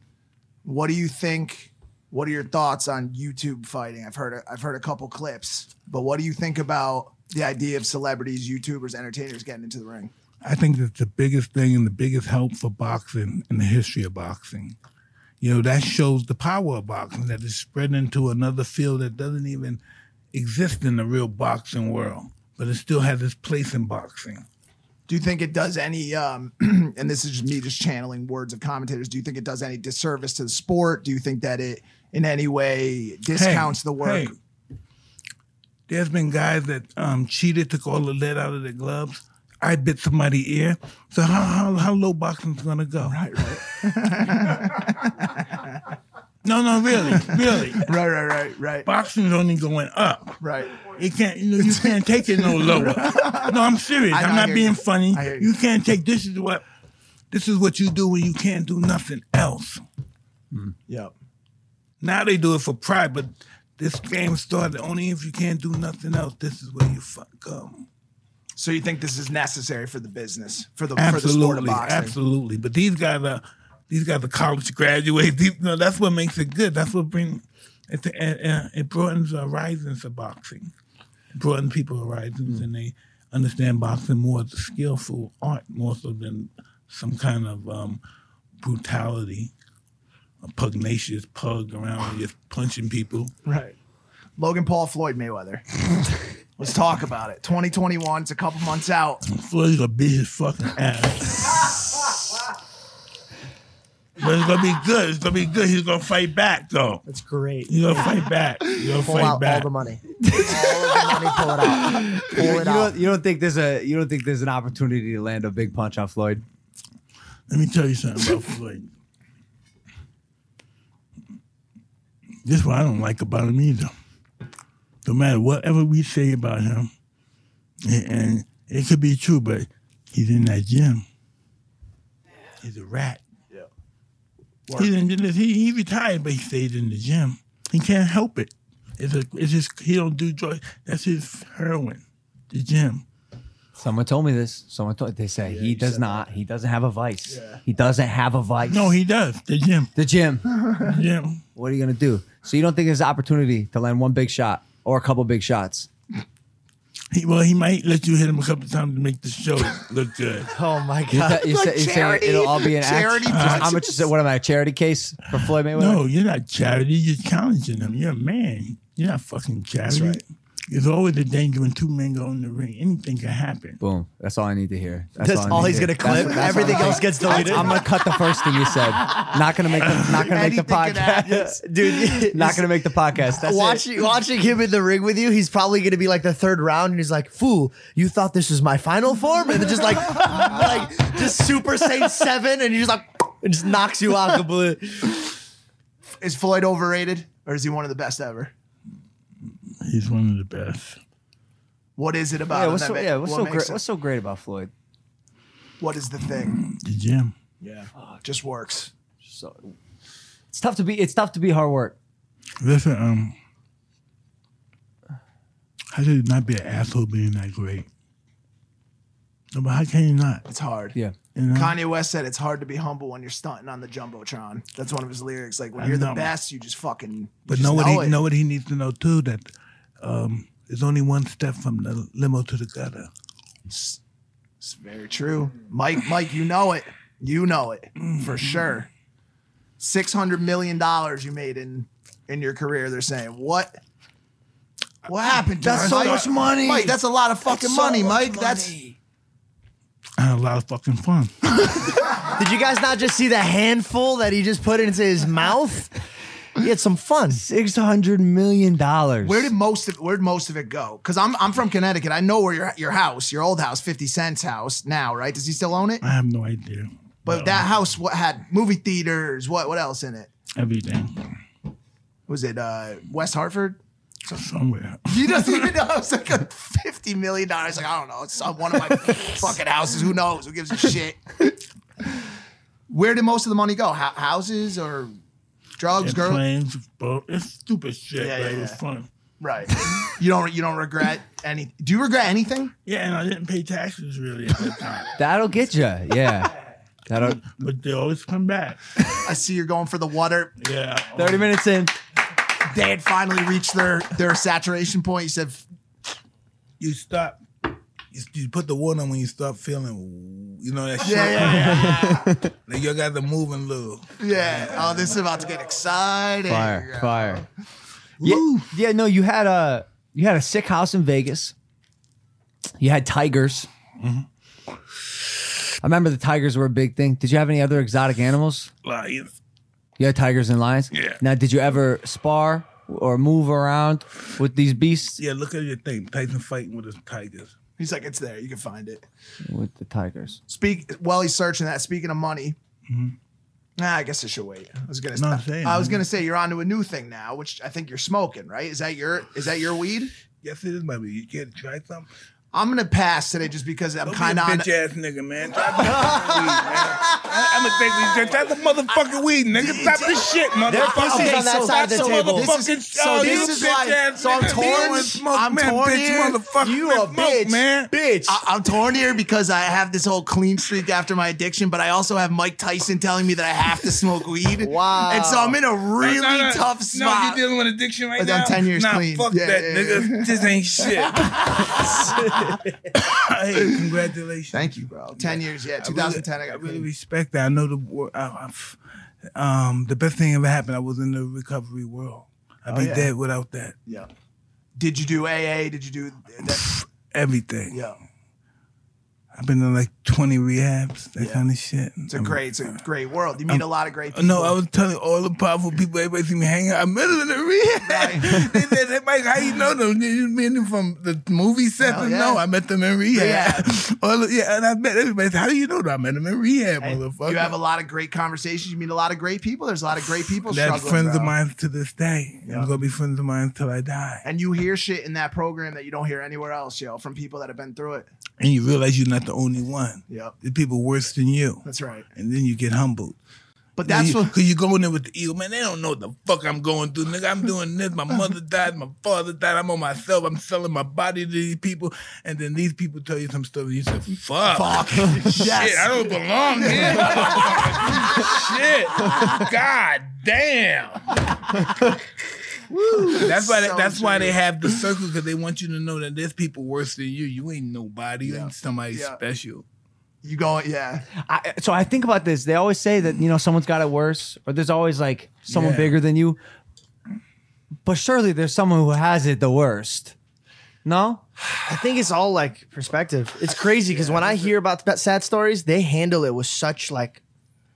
A: What do you think? What are your thoughts on YouTube fighting? I've heard a, I've heard a couple clips, but what do you think about the idea of celebrities, YouTubers, entertainers getting into the ring?
B: I think that's the biggest thing and the biggest help for boxing in the history of boxing. You know, that shows the power of boxing that is spread into another field that doesn't even exist in the real boxing world, but it still has its place in boxing.
A: Do you think it does any? Um, and this is just me just channeling words of commentators. Do you think it does any disservice to the sport? Do you think that it in any way discounts the work?
B: hey. There's been guys that um, cheated, took all the lead out of their gloves. I bit somebody's ear. So how how, how low boxing's gonna go? Right, right. no, no, really, really.
A: Right, right, right, right,
B: Boxing's only going up.
A: right.
B: It can't, you know, you can't take it no lower. No, I'm serious.
A: I know,
B: I'm
A: I
B: not
A: hear
B: being
A: you.
B: funny.
A: I hear you.
B: You can't take. This is what, this is what you do when you can't do nothing else.
A: Yep.
B: Now they do it for pride, but this game started only if you can't do nothing else. This is where you fuck come.
A: So you think this is necessary for the business, for the for the sport of
B: Absolutely,
A: boxing?
B: absolutely. But these guys are these guys are college graduates. These, no, that's what makes it good. That's what brings it. To, uh, uh, it broadens the horizons of boxing. It broadens people's horizons, and they understand boxing more as a skillful art more so than some kind of um, brutality, a pugnacious pug around just punching people.
A: Right. Logan Paul, Floyd Mayweather. Let's talk about it. 2021. It's a couple months out.
B: Floyd's gonna beat his fucking ass. but it's gonna be good. It's gonna be good. He's gonna fight back though.
C: That's great.
B: He's gonna fight back. He's gonna
C: Pull
B: fight
C: out all
B: back.
C: the money. all of the money, pull it out. Pull
F: You
C: it out.
F: don't, you don't think there's a you don't think there's an opportunity to land a big punch on Floyd?
B: Let me tell you something about Floyd. This is what I don't like about him either. No matter whatever we say about him, and, and it could be true, but he's in that gym. He's a rat. Yeah. He's in, he, he retired, but he stayed in the gym. He can't help it. It's a, it's just he don't do drugs. That's his heroin, the gym.
F: Someone told me this. Someone told they say he does not. He doesn't have a vice. He doesn't have a vice.
B: No, he does. The gym.
F: the gym.
B: The gym.
F: What are you gonna do? So you don't think there's an opportunity to land one big shot or a couple big shots?
B: He, well, he might let you hit him a couple times to make the show look good.
C: Oh my
F: You
C: god.
F: th- you say- you say
A: charity-
F: it'll all be an
A: charity
F: act. How much
A: punches.
F: is it? What am I? A charity case for Floyd Mayweather?
B: No, you're not charity. You're challenging him. You're a man. You're not fucking charity.
A: right.
B: There's always a danger when two men go in the ring. Anything can happen.
F: Boom. That's all I need to hear.
C: That's
F: I
C: all
F: need
C: he's
F: to
C: gonna
F: hear.
C: clip.
F: That's- that's all
C: Everything
F: I
C: else
F: think.
C: gets deleted.
F: I'm gonna cut the first thing you said. Not gonna make. The, not gonna make the
A: Anything can happen.
F: podcast,
C: dude.
F: Not gonna make the podcast. That's it.
C: Watching, watching him in the ring with you, he's probably going to be like the third round, and he's like, "Fool, you thought this was my final form," and then just like, like just Super Saiyan seven, and you just like, and just knocks you out completely.
A: Is Floyd overrated or is he one of the best ever?
B: He's one of the best.
A: What is it about
F: Yeah,
A: him
F: what's
A: that
F: so,
A: ma-
F: yeah, what's
A: what
F: so
A: makes
F: great?
A: it-
F: What's so great about Floyd?
A: what is the thing?
B: The gym.
A: Yeah, just works.
F: So it's tough to be. It's tough to be hard work.
B: Listen, um, how could you not be an asshole being that great? No, but how can you not?
A: It's hard.
F: Yeah.
B: You know?
A: Kanye West said it's hard to be humble when you're stunting on the jumbotron. That's one of his lyrics. Like when
B: I
A: you're the
B: know.
A: best, you just fucking. you
B: but
A: just
B: know what
A: know
B: he
A: it.
B: know what he needs to know too that um, there's only one step from the limo to the gutter.
A: It's very true, Mike. Mike, you know it. You know it for sure. Six hundred million dollars you made in in your career. They're saying what? What happened? to
F: That's
A: you,
F: so
A: Mike?
F: much money.
A: Mike. That's a lot of fucking money, Mike. That's
B: And a lot of fucking fun.
C: Did you guys not just see the handful that he just put into his mouth? He had some fun.
F: Six hundred million dollars.
A: Where did most of where did most of it go? Because I'm I'm from Connecticut. I know where your your house, your old house, Fifty Cent's house now, right? Does he still own it?
B: I have no idea.
A: But that house what had movie theaters, what what else in it?
B: Everything
A: Was it uh West Hartford?
B: somewhere.
A: He doesn't even know. It's like a fifty million dollars. Like I don't know. It's on one of my fucking houses. Who knows? Who gives a shit? Where did most of the money go? Ho- houses or drugs,
B: And
A: girls?
B: planes, boat. It's stupid shit.
A: Yeah,
B: but
A: yeah,
B: It was
A: yeah.
B: fun.
A: Right. You don't you don't regret any? Do you regret anything?
B: Yeah, and I didn't pay taxes really at that time.
F: That'll get you. Yeah. That'll.
B: but they always come back.
A: I see you're going for the water.
B: Yeah. um,
F: Thirty minutes in.
A: they had finally reached their their saturation point. You said,
B: you stop. You, you put the water on when you stop feeling, you know that shit.
A: yeah,
B: Like you got to move and little.
A: yeah, yeah. Oh, this is about to get exciting.
F: Fire. Fire. Yeah,
B: Woo.
F: yeah. No, you had a you had a sick house in Vegas. You had tigers.
A: Mm-hmm.
F: I remember the tigers were a big thing. Did you have any other exotic animals?
B: Lions.
F: You had tigers and lions.
B: Yeah.
F: Now, did you ever spar or move around with these beasts?
B: Yeah, look at your thing. Tyson fighting with his tigers.
A: He's like, it's there. You can find it.
F: With the tigers.
A: Speak while he's searching that. Speaking of money. Nah, I guess I should wait. I was gonna.
B: Mm-hmm. No, I'm saying,
A: I was
B: man.
A: gonna say you're onto a new thing now, which I think you're smoking, right? Is that your is that your weed?
B: Yes, it is, my baby. You can't try something.
A: I'm gonna pass today just because I'm
B: Don't
A: kind of
B: be a
A: on.
B: bitch ass nigga, man. Try the motherfucking weed, man. I, I'm gonna take these. Try the motherfucking weed, nigga. Stop this shit, motherfucker.
C: pussies
A: on that
B: Stop
C: side of the
B: some
C: table.
A: This
B: Motherfucking,
A: is- so
B: oh,
A: this
B: you
A: is
B: bitch
A: why-
B: ass
A: so I'm
B: nigga.
A: torn-
B: Man, smoke,
A: I'm
B: man,
A: torn
B: bitch,
A: here.
B: Motherfucker,
C: You
B: man,
C: a
B: smoke,
C: bitch,
B: man.
C: bitch.
A: I, I'm torn here because I have this whole clean streak after my addiction, but I also have Mike Tyson telling me that I have to smoke weed.
C: Wow.
A: And so I'm in a really
B: No, no, no.
A: tough spot.
B: No, you're dealing with addiction right
A: I've
B: now.
A: done 10 years
B: nah,
A: clean.
B: fuck
A: Yeah,
B: that,
A: yeah,
B: nigga. This ain't shit. hey, congratulations.
A: Thank you, bro. Ten years, yeah.
B: I
A: 2010, I
B: really,
A: got
B: really
A: clean.
B: respect that. I know the wor- I, I've, um the best thing ever happened. I was in the recovery world. I'd be
A: Oh, yeah.
B: dead without that.
A: Yeah. Did you do AA? Did you do that?
B: Everything.
A: Yeah.
B: I've been in like 20 rehabs, that
A: Yeah.
B: kind of shit. Uh,
A: It's a great, it's a great world. You meet a lot of great people.
B: No, I was telling all the powerful people, everybody see me hanging out. I'm middle of the rehab.
A: Right.
B: they said, hey, Mike, how you know them? Did you meet them from the movie set?
A: Hell yeah.
B: No, I met them in rehab.
A: Rehab.
B: all the, yeah, and I met everybody. How do you know that? I met them in rehab,
A: And
B: motherfucker.
A: You have a lot of great conversations. You meet a lot of great people. There's a lot of great people.
B: That's
A: struggling,
B: friends of
A: bro.
B: mine to this day.
A: Yeah.
B: I'm going to be friends of mine till I die.
A: And you hear shit in that program that you don't hear anywhere else, yo, from people that have been through it.
B: And you realize you're not the only one.
A: Yep.
B: There's people worse than you.
A: That's right.
B: And then you get humbled.
A: But that's
B: you,
A: what
B: Cause you going there with the ego, man. They don't know what the fuck I'm going through, nigga. I'm doing this. My mother died. My father died. I'm on myself. I'm selling my body to these people, and then these people tell you some stuff, and you say, "Fuck,
A: fuck.
B: shit, I
A: yes.
B: don't belong here." shit, god damn. That's why. They,
A: So
B: that's why
A: true.
B: they have the circle because they want you to know that there's people worse than you. You ain't nobody. You ain't somebody
A: Yeah.
B: special.
A: You go, yeah.
F: I, so I think about this. They always say that you know someone's got it worse, or there's always like someone
B: Yeah.
F: bigger than you. But surely there's someone who has it the worst. No?
C: I think it's all like perspective. It's crazy because when I hear about the sad stories, they handle it with such like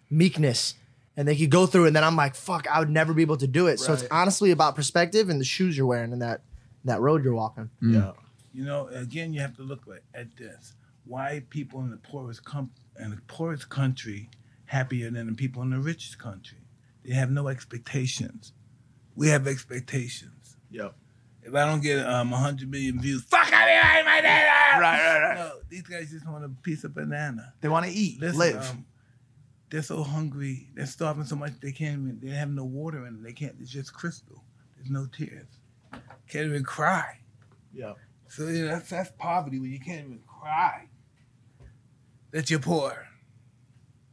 C: meekness and they could go through it. And then I'm like, fuck, I would never be able to do it. So it's
A: Right.
C: honestly about perspective and the shoes you're wearing and that, that road you're walking.
B: Yeah. You know, again, you have to look like, at this. Why people in the poorest com- in the poorest country happier than the people in the richest country? They have no expectations. We have expectations.
A: Yep.
B: If I don't get um, 100 million views, fuck out of here, I ain't my data.
A: Right, right, right.
B: No, these guys just want a piece of banana.
A: They want to eat,
B: Listen,
A: live.
B: Um, they're so hungry. They're starving so much they can't even. They have no water in them. They can't. It's just crystal. There's no tears. Can't even cry.
A: yeah.
B: So yeah, that's that's poverty when you can't even cry that you're poor.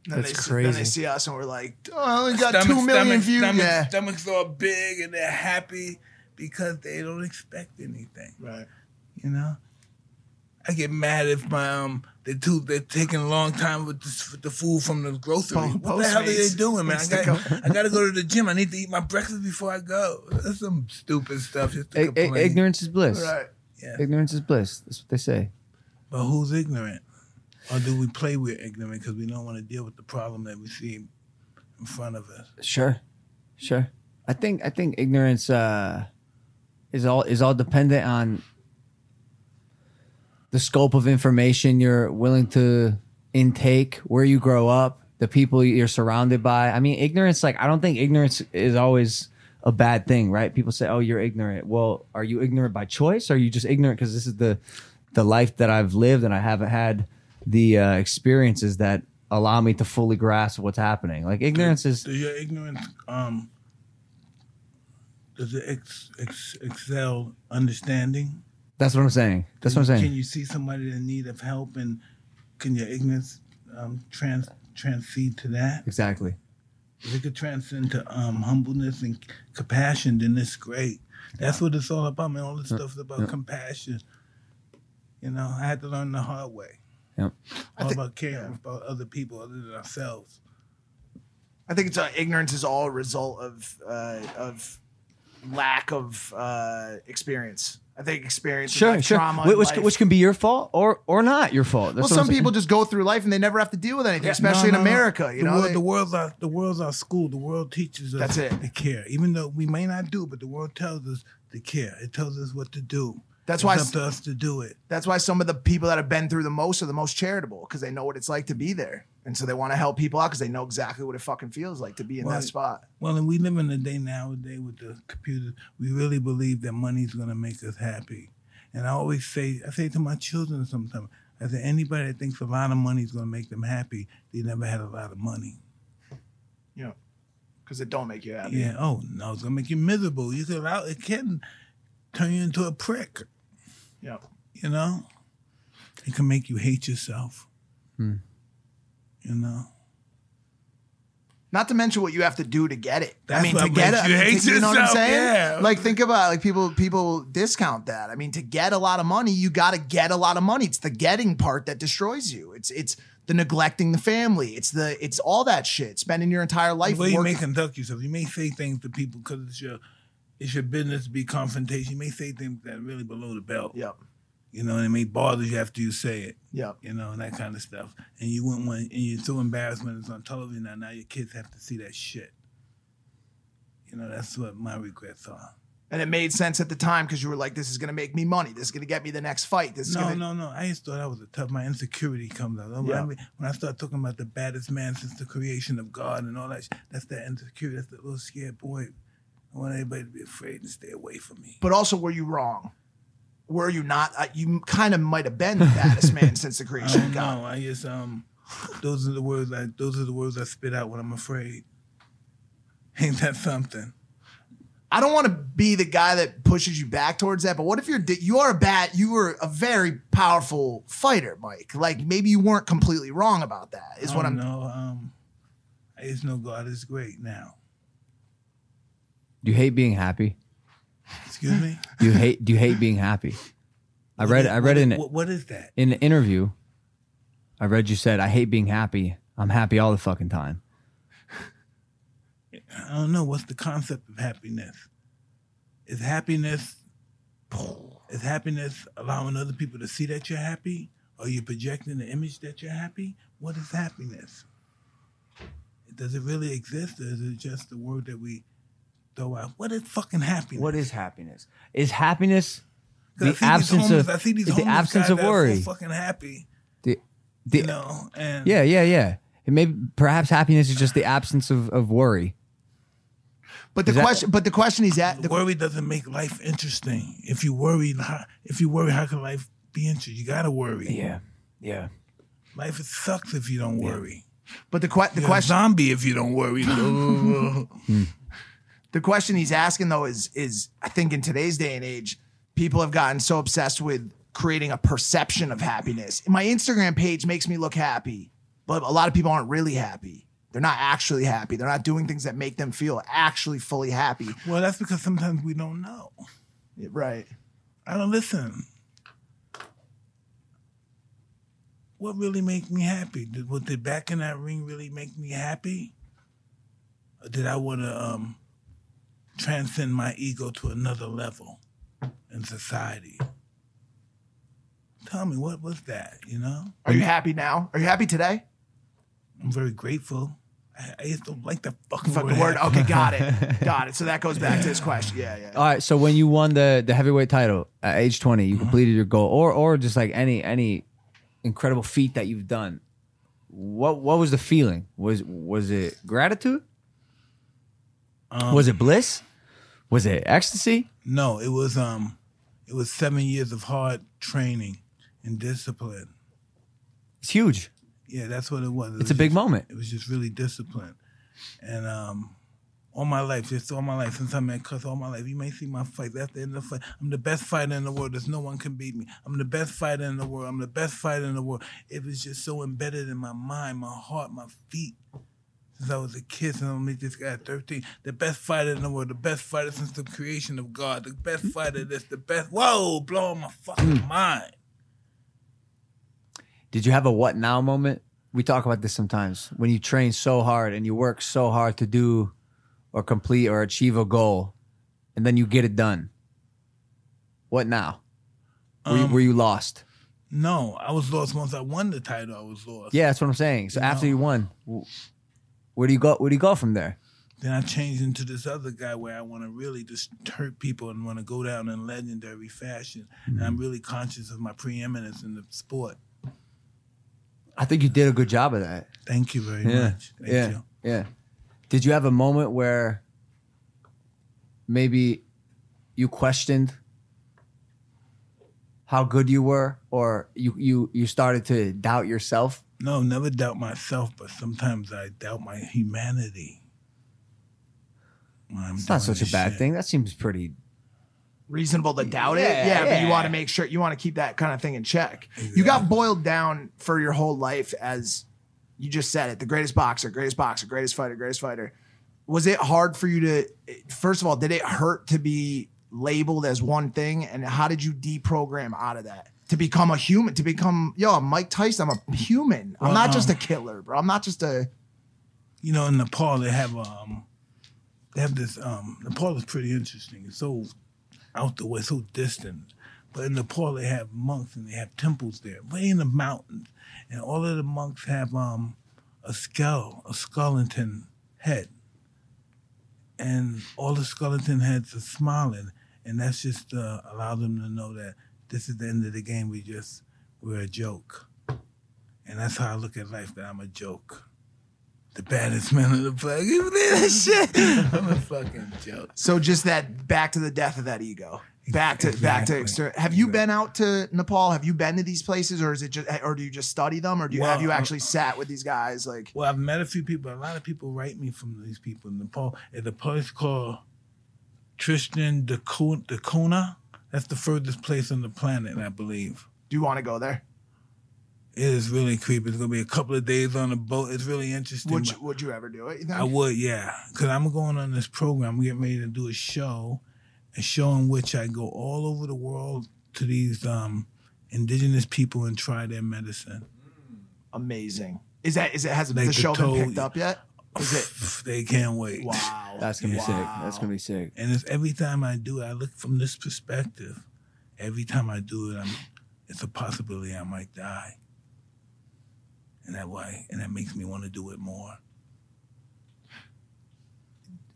A: Then
C: That's
A: they, see- Then
C: crazy.
A: they see us and we're like, oh, I only got two million views.
B: Stomachs,
A: yeah.
B: stomachs are big and they're happy because they don't expect anything.
A: Right.
B: You know, I get mad if my um they too they're taking a long time with, this, with the food from the grocery.
A: Po-
B: what the hell are they
A: Postmates.
B: doing, man? I
A: Instacart.
B: got I got to go to the gym. I need to eat my breakfast before I go. That's some stupid stuff. Just to
F: I- I-
B: complain.
F: ignorance is bliss.
A: Right.
B: Yeah.
F: Ignorance is bliss. That's what they say.
B: But who's ignorant? Or do we play we're ignorant because we don't want to deal with the problem that we see in front of us?
F: Sure, sure. I think I think ignorance uh, is all is all dependent on the scope of information you're willing to intake, where you grow up, the people you're surrounded by. I mean, ignorance. Like I don't think ignorance is always a bad thing, right? People say, "Oh, you're ignorant." Well, are you ignorant by choice? Or are you just ignorant because this is the the life that I've lived and I haven't had the uh, experiences that allow me to fully grasp what's happening? Like ignorance is
B: Does your ignorance um does it ex, ex, excel understanding?
F: That's what I'm saying. That's what I'm
B: Can
F: saying.
B: you see somebody in need of help and can your ignorance um, trans transcend to that?
F: Exactly.
B: If it could transcend to um, humbleness and compassion, then it's great. That's what it's all about, man. All this stuff's about compassion. You know, I had to learn the hard way.
F: Yep.
B: All about caring about other people other than ourselves.
A: I think it's uh, ignorance is all a result of uh, of lack of uh, experience. I think experience, is
F: Sure,
A: like
F: sure.
A: trauma,
F: Wh-
A: in
F: Which,
A: life.
F: which can be your fault or or not your fault. That's
A: well,
F: what I'm
A: some
F: saying.
A: people just go through life and they never have to deal with anything, especially
B: No, no,
A: in
B: no.
A: America. You
B: the
A: know,
B: world,
A: They-
B: the world's our the world's our school. The world teaches us
A: That's it.
B: to care, even though we may not do, it, but the world tells us to care. It tells us what to do.
A: That's
B: it's
A: why
B: up
A: s-
B: to us to do it.
A: that's why some of the people that have been through the most are the most charitable because they know what it's like to be there, and so they want to help people out because they know exactly what it fucking feels like to be in
B: Right.
A: that spot.
B: Well, and we live in a day nowadays with the computers. We really believe that money's going to make us happy. And I always say, I say to my children sometimes, I say, anybody that thinks a lot of money is going to make them happy, they never had a lot of money.
A: You know, because it don't make you happy.
B: Yeah. Oh no, it's going to make you miserable. You can allow it can turn you into a prick.
A: Yeah.
B: You know, it can make you hate yourself.
A: Hmm.
B: You know.
A: Not to mention what you have to do to get it.
B: That's
A: I mean,
B: what
A: to get it,
B: makes
A: I
B: you
A: mean,
B: hate
A: to- you know what I'm
B: yourself,
A: saying?
B: yeah.
A: Like, think about like people people discount that. I mean, to get a lot of money, you got to get a lot of money. It's the getting part that destroys you. It's it's the neglecting the family. It's the it's all that shit. Spending your entire life
B: the way you may
A: working.
B: conduct yourself, you may say things to people because it's your it's your business to be confrontation. You may say things that are really below the belt.
A: Yep.
B: You know, and it may bother you after you say it.
A: Yep.
B: You know, and that kind of stuff. And you wouldn't want, and you're so embarrassed when it's on television now. Now your kids have to see that shit. You know, that's what my regrets are.
A: And it made sense at the time because you were like, this is gonna make me money. This is gonna get me the next fight. This is
B: No,
A: gonna
B: no, no. I just thought I was a tough. My insecurity comes out. When,
A: Yeah.
B: I, when I start talking about the baddest man since the creation of God and all that, sh- that's that insecurity. That's that little scared boy. I want everybody to be afraid and stay away from me.
A: but also were you wrong? Were you not? Uh, you kind of might have been the baddest man since the creation
B: I
A: of God.
B: don't know. I just um, those are the words. I those are the words I spit out when I'm afraid. Ain't that something?
A: I don't want to be the guy that pushes you back towards that, but what if you're di- you are a bat, you were a very powerful fighter, Mike. Like maybe you weren't completely wrong about that. Is
B: I
A: what I'm
B: don't know. Um, I just know God is great now.
F: Do you hate being happy?
B: Excuse me.
F: Do you hate do you hate being happy? I read I read in
B: What, what is that?
F: in an interview. I read you said I hate being happy. I'm happy all the fucking time.
B: I don't know. What's the concept of happiness? Is happiness Is happiness allowing other people to see that you're happy? Are you projecting the image that you're happy? What is happiness? Does it really exist, or is it just the word that we throw out? What is fucking happiness?
F: What is happiness? Is happiness
B: 'Cause I
F: the
B: see these
F: absence
B: homeless-
F: of
B: I see these
F: the
B: homeless
F: absence
B: guys
F: of
B: that are so
F: worry?
B: fucking happy,
F: The, the,
B: you know, and
F: Yeah, yeah, yeah. It may perhaps happiness is just the absence of, of worry.
A: But the
F: Is that-
A: question, but the question he's at, the,
B: worry doesn't make life interesting. If you worry, how- if you worry, how can life be interesting? You gotta worry.
F: Yeah, yeah.
B: Life sucks if you don't worry.
A: but the, que- the
B: You're
A: question,
B: a zombie if you don't worry.
A: the question he's asking though is, is I think in today's day and age, people have gotten so obsessed with creating a perception of happiness. My Instagram page makes me look happy, but a lot of people aren't really happy. They're not actually happy. They're not doing things that make them feel actually fully happy.
B: well, that's because sometimes we don't know.
A: Right.
B: I don't listen. What really make me happy? Did what did back in that ring really make me happy? Or did I want to um, transcend my ego to another level in society? Tell me, what was that? You know,
A: Are you happy now? Are you happy today?
B: I'm very grateful. I, I just don't like the fucking
A: Fuck
B: word.
A: the word.
B: happy.
A: Okay, got it. Got it. So that goes back to his question. Yeah, yeah.
F: All right. So when you won the the heavyweight title at age twenty, you completed your goal, or or just like any any incredible feat that you've done. What what was the feeling? Was was it gratitude? was it bliss? Was it ecstasy?
B: No, it was um, it was seven years of hard training and discipline.
F: It's huge.
B: Yeah, that's what it was. It
F: It's
B: was
F: a big
B: just-
F: moment.
B: It was just really discipline, and um, all my life, just all my life, since I met Cuss, all my life, you may see my fights. That's the end of the fight. I'm the best fighter in the world. There's no one can beat me. I'm the best fighter in the world. I'm the best fighter in the world. It was just so embedded in my mind, my heart, my feet. Since I was a kid, since I met this guy at 13, the best fighter in the world, the best fighter since the creation of God, the best fighter this, the best. Whoa, blowing my fucking mind.
F: Did you have a what now moment? We talk about this sometimes when you train so hard and you work so hard to do or complete or achieve a goal and then you get it done. What now? Were, you, were you lost?
B: No, I was lost once I won the title. I was lost.
F: Yeah, that's what I'm saying. So after
B: No.
F: you won, w- where do you go? Where do you go from there?
B: Then I changed into this other guy where I want to really just hurt people and want to go down in legendary fashion. And
F: Mm-hmm.
B: I'm really conscious of my preeminence in the sport.
F: I think you did a good job of that.
B: Thank you very much. Thank
F: yeah.
B: you.
F: Yeah. Did you have a moment where maybe you questioned how good you were or you you you started to doubt yourself?
B: No, never doubt myself, but sometimes I doubt my humanity.
F: It's not such a bad thing. That seems pretty
A: reasonable to doubt it.
F: Yeah,
A: Yeah, but
F: yeah.
A: you want to make sure you want to keep that kind of thing in check. You got boiled down for your whole life as you just said it, the greatest boxer, greatest boxer, greatest fighter, greatest fighter. Was it hard for you to first of all, did it hurt to be labeled as one thing and how did you deprogram out of that? To become a human, to become yo, I'm Mike Tyson. I'm a human. I'm not just a killer, bro. I'm not just a
B: You know, in Nepal they have um they have this um Nepal is pretty interesting. It's so out the way, so distant. But in Nepal they have monks and they have temples there, way in the mountains. And all of the monks have um a skull, a skeleton head. And all the skeleton heads are smiling. And that's just uh, allow them to know that this is the end of the game. We just we're a joke. And that's how I look at life, that I'm a joke. The baddest man on the planet. Give me that shit. I'm a fucking joke.
A: so just that back to the death of that ego. Back to back to
B: Exactly.
A: external. Have you been out to Nepal? Have you been to these places, or is it just, or do you just study them, or do you, have
B: Well,
A: you
B: uh,
A: actually sat with these guys? Like,
B: Well, I've met a few people. A lot of people write me from these people in Nepal. At the place called Tristan da Cun- da Cunha. That's the furthest place on the planet, I believe.
A: do you want to go there?
B: It is really creepy. It's gonna be a couple of days on a boat. It's really interesting.
A: Would you, would you ever do it? you think?
B: I would, yeah. Because I'm going on this program. We're getting ready to do a show, a show in which I go all over the world to these um, indigenous people and try their medicine.
A: Amazing. Is that is it has
B: Like
A: the
B: the
A: show
B: toe-
A: been picked up yet? Is it?
B: They can't wait.
A: Wow.
F: that's gonna be sick.
A: Wow.
F: That's gonna be sick.
B: And it's every time I do it, I look from this perspective. every time I do it, I'm, it's a possibility I might die. And that why, and that makes me want to do it more.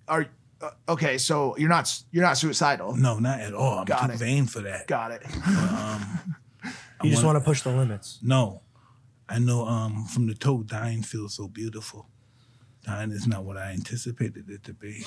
A: Are uh, okay. So you're not s- you're not suicidal.
B: No, not at all. I'm
A: Got
B: too
A: it.
B: vain for that.
A: Got it.
B: I
C: You just want to push the limits.
B: No, I know um, from the toe, dying feels so beautiful. Dying is not what I anticipated it to be.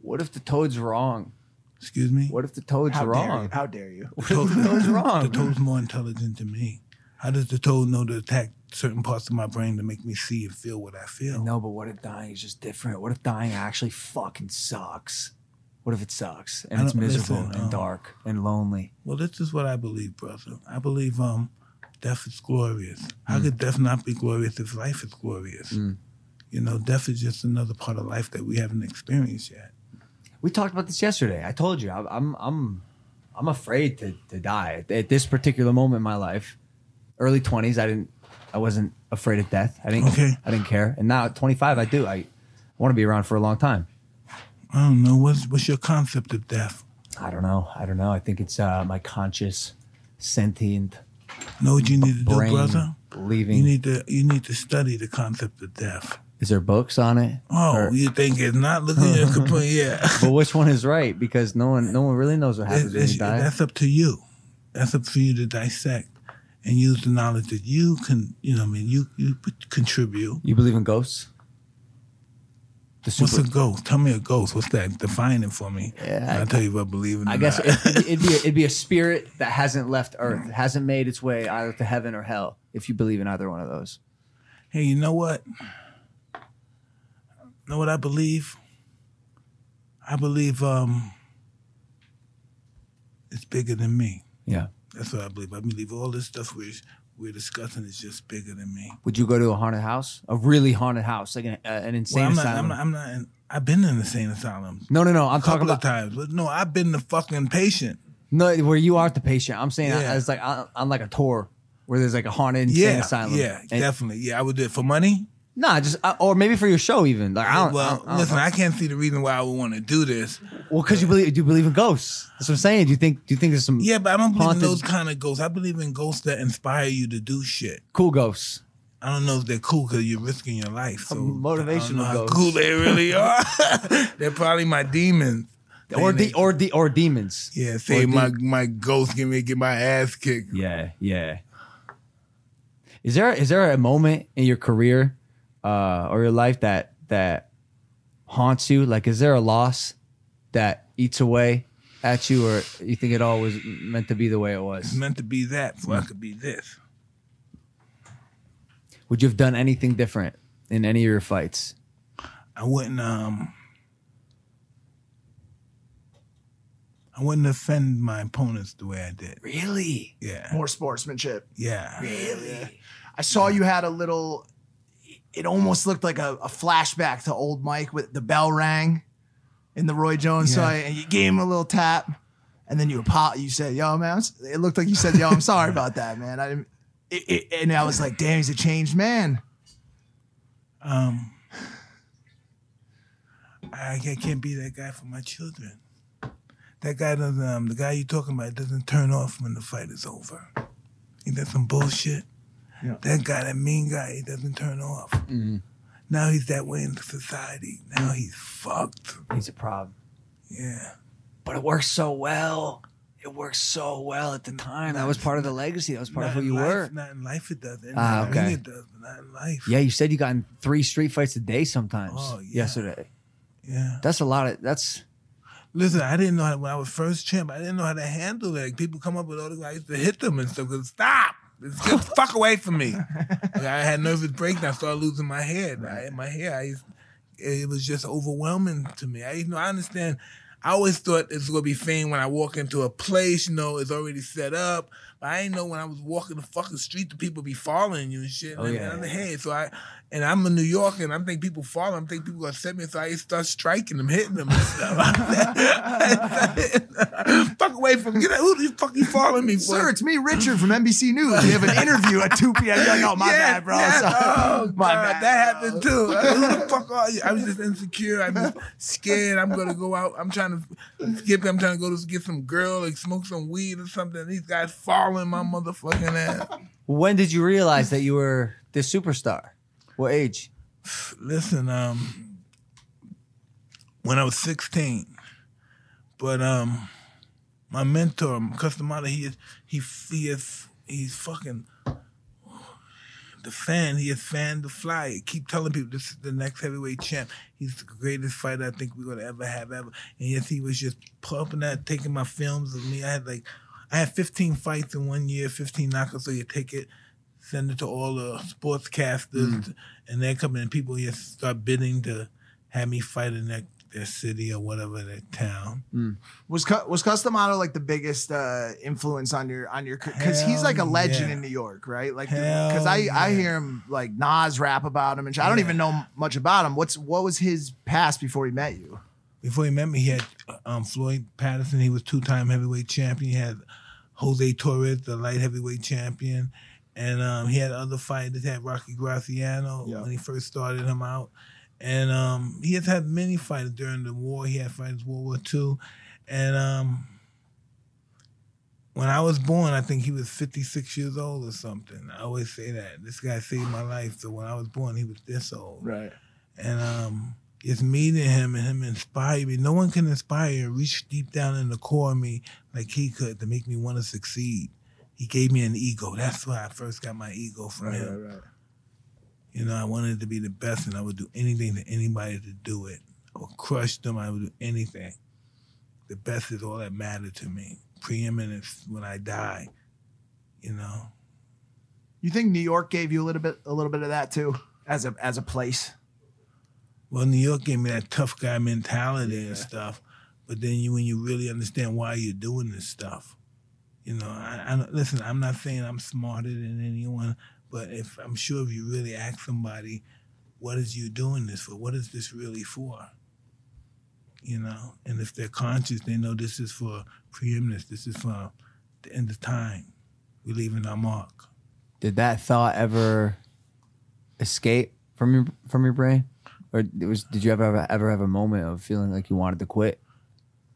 F: What if the toad's wrong?
B: Excuse me.
F: What if the toad's
A: How dare you?
F: wrong?
A: How dare you?
B: The toe-
F: toad's
B: The
F: wrong?
B: toad's more intelligent than me. How does the toad know to attack certain parts of my brain to make me see and feel what I feel?
F: No, but what if dying is just different? What if dying actually fucking sucks? What if it sucks and
B: I
F: it's
B: don't-
F: miserable
B: listen,
F: and
B: um,
F: dark and lonely?
B: Well, this is what I believe, brother. I believe um, death is glorious.
F: Mm.
B: How could death not be glorious if life is glorious? You know, death is just another part of life that we haven't experienced yet.
F: We talked about this yesterday. I told you, I, I'm, I'm, I'm afraid to, to die at, at this particular moment in my life. Early 20s, I didn't, I wasn't afraid of death. I didn't,
B: Okay.
F: I didn't care. And now at 25, I do. I want to be around for a long time.
B: I don't know. What's what's your concept of death?
F: I don't know. I don't know. I think it's uh, my conscious, sentient
B: Know what you need to
F: brain
B: do, brother?
F: leaving.
B: You need to you need to study the concept of death.
F: Is there books on it?
B: Oh,
F: Or-
B: you think it's not looking at your computer? Yeah.
F: but which one is right? Because no one, no one really knows what happens when
B: That's-
F: you die.
B: That's up to you. That's up for you to dissect and use the knowledge that you can, you know, what I mean, you you put- contribute.
F: You believe in ghosts? The
B: What's
F: super.
B: a ghost? Tell me a ghost. What's that? Define it for me.
F: Yeah,
B: And
F: I-
B: I'll tell you if I believe in it.
F: I
B: or
F: guess
B: not.
F: it, it'd, it'd be a, it'd be a spirit that hasn't left Earth, hasn't made its way either to heaven or hell. If you believe in either one of those,
B: Hey, you know what? Know what I believe? I believe um it's bigger than me.
F: yeah.
B: That's what I believe. I believe all this stuff we're we're discussing is just bigger than me.
F: Would you go to a haunted house, a really haunted house, like an, uh, an insane
B: Well, I'm not,
F: asylum?
B: I'm not. I'm not. In, I've been in the same asylums.
F: no, no, no. I'm
B: A couple
F: talking about
B: of times, but no, I've been the fucking patient.
F: no, where you are the patient. I'm saying
B: Yeah.
F: I, it's like I, I'm like a tour where there's like a haunted insane
B: Yeah,
F: asylum.
B: yeah,
F: And-
B: definitely. Yeah, I would do it for money.
F: Nah, just uh, or maybe for your show even. Like I don't.
B: well,
F: I don't- I don't
B: listen,
F: know.
B: I can't see the reason why I would want to do this.
F: well, because you believe do you believe in ghosts. That's what I'm saying. Do you think do you think there's some
B: Yeah, but I don't believe
F: Haunted-
B: in those kind of ghosts. I believe in ghosts that inspire you to do shit.
F: cool ghosts?
B: I don't know if they're cool because you're risking your life. So I don't
F: motivational
B: know how
F: ghosts.
B: cool they really are. they're probably my demons.
F: or
B: They-
F: the or the or demons.
B: yeah, say
F: or
B: my
F: de-
B: my ghost give me get my ass kicked.
F: Yeah, yeah. Is there is there a moment in your career uh, or your life that that haunts you? Like, is there a loss that eats away at you, or you think it all was meant to be the way it
B: It's
F: was?
B: meant to be that, so I could be this.
F: Would you have done anything different in any of your fights?
B: I wouldn't um I wouldn't offend my opponents the way I did.
F: Really?
B: Yeah.
A: More sportsmanship.
B: Yeah.
A: I saw you had a little. It almost looked like a, a flashback to old Mike with the bell rang, in the Roy Jones
B: Yeah.
A: fight, and you gave him a little tap, and then you apo- You said, "Yo, man," I'm s- it looked like you said, "Yo, I'm sorry about that, man." I didn't. It, it, and I was like, "Damn, he's a changed man."
B: Um I, I can't be that guy for my children. That guy doesn't um the guy you're talking about doesn't turn off when the fight is over. Ain't that some bullshit?
A: Yeah.
B: That guy, that mean guy, he doesn't turn off.
F: Mm-hmm.
B: Now he's that way in society. Now he's fucked.
F: He's a problem.
B: Yeah.
F: But it works so well. It worked so well at the time. That was part of the legacy. That was part of who
B: in
F: you
B: life,
F: were.
B: Not in life it doesn't.
F: Ah,
B: In the ring
F: okay.
B: It does, but not in life.
F: Yeah, you said you got in three street fights a day sometimes
B: Oh, yeah.
F: yesterday.
B: Yeah.
F: That's a lot of that's
B: Listen, I didn't know how, when I was first champ, I didn't know how to handle that. people come up with all the I used to hit them and stuff. 'cause stop. It's Get the fuck away from me. Like, I had nervous breakdown. I started losing my head. I, my hair, I used, it was just overwhelming to me. I you know I understand. I always thought it's gonna be fame when I walk into a place, you know, it's already set up. But I didn't know when I was walking the fucking street, the people be following you and shit.
F: Oh,
B: and
F: yeah.
B: I'm the head. So I, and I'm a New Yorker, and I'm thinking people follow. I'm thinking people gonna set me. So I start striking them, hitting them and stuff. fuck away from get out- who the fuck you following me for?
A: Sir, it's me, Richard from NBC News. We have an interview at 2 p.m. You're like, oh, my
B: Yeah,
A: bad, bro.
B: yeah.
A: Sorry.
B: Oh,
A: My
B: God,
A: bad,
B: That happened too. I was, Who the fuck are you? I was just insecure. I'm just scared. I'm gonna go out. I'm trying to skip. I'm trying to go to get some girl, like smoke some weed or something. These guys following my motherfucking ass.
F: When did you realize that you were this superstar? What age?
B: Listen, um, when I was 16, but um, my mentor, Customata, he is he he is he's fucking the fan. He is fan the fly. He keep telling people this is the next heavyweight champ. He's the greatest fighter I think we're gonna ever have ever. And yes, he was just pumping that, taking my films of me. I had like I had 15 fights in one year, 15 knockouts. So you take it, send it to all the sportscasters, and they come in. People just start bidding to have me fight in that. Their city or whatever their town.
A: Was Cu- was Customato like the biggest uh, influence on your on your because he's
B: Hell
A: like a legend
B: yeah.
A: in New York, right? Like
B: Hell
A: because I I
B: yeah.
A: hear him like Nas rap about him, and sh- I don't
B: Yeah.
A: even know much about him. What's what was his past before he met you?
B: Before he met me, he had um, Floyd Patterson. He was two-time heavyweight champion. He had Jose Torres, the light heavyweight champion, and um, he had other fighters. He had Rocky Graciano
A: Yeah.
B: when he first started him out, and um, he has had many fighters during the war. He had fighters World War II, and um, when I was born, I think he was 56 years old or something. I always say that this guy saved my life. So when I was born, he was this old
A: Right.
B: and um, it's meeting him and him inspiring me. No one can inspire and reach deep down in the core of me like he could to make me want to succeed. He gave me an ego. That's why I first got my ego from him.
A: right.
B: You know, I wanted to be the best, and I would do anything to anybody to do it. I would crush them. I would do anything. The best is all that mattered to me. Preeminence when I die. You know.
A: You think New York gave you a little bit a little bit of that too as a as a place?
B: Well, New York gave me that tough guy mentality and stuff, but then you when you really understand why you're doing this stuff, you know. I, I don't- listen. I'm not saying I'm smarter than anyone, but if I'm sure if you really ask somebody, what is you doing this for? What is this really for? You know, and if they're conscious, they know this is for preeminence. This is for the end of time. We're leaving our mark.
F: Did that thought ever escape from your from your brain, or it was? Did you ever ever have a moment of feeling like you wanted to quit?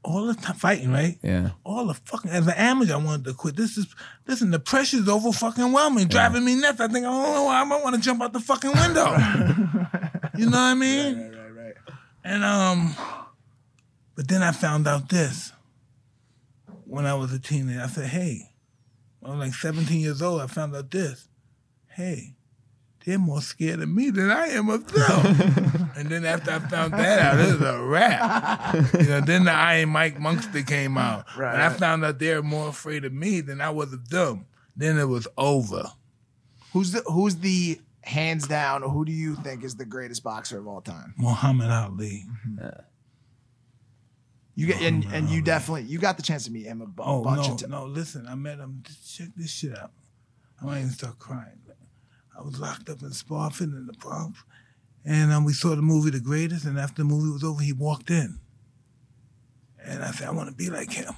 B: All the time fighting, right?
F: Yeah.
B: all the fucking as an amateur, I wanted to quit. This is listen, the pressure's over fucking whelming, driving me nuts. I think I don't know why I might want to jump out the fucking window. you know what I mean? Right, right, right, And um, but then I found out this when I was a teenager. I said, hey, I was like 17 years old. I found out this, hey. They're more scared of me than I am of them. and then after I found that out, it was a wrap you know, then the I and Mike Monkster came out.
A: Right,
B: and I
A: right.
B: found out they were more afraid of me than I was of them. Then it was over.
A: Who's the who's the hands down? Who do you think is the greatest boxer of all time?
B: Muhammad Ali.
A: You get and and you definitely you got the chance to meet him a bu-
B: Oh,
A: bunch
B: no,
A: of times.
B: no, listen, I met him. Check this shit out. I might even start crying. I was locked up in Sparford in the Bronx. And um, we saw the movie The Greatest. And after the movie was over, he walked in. And I said, I want to be like him.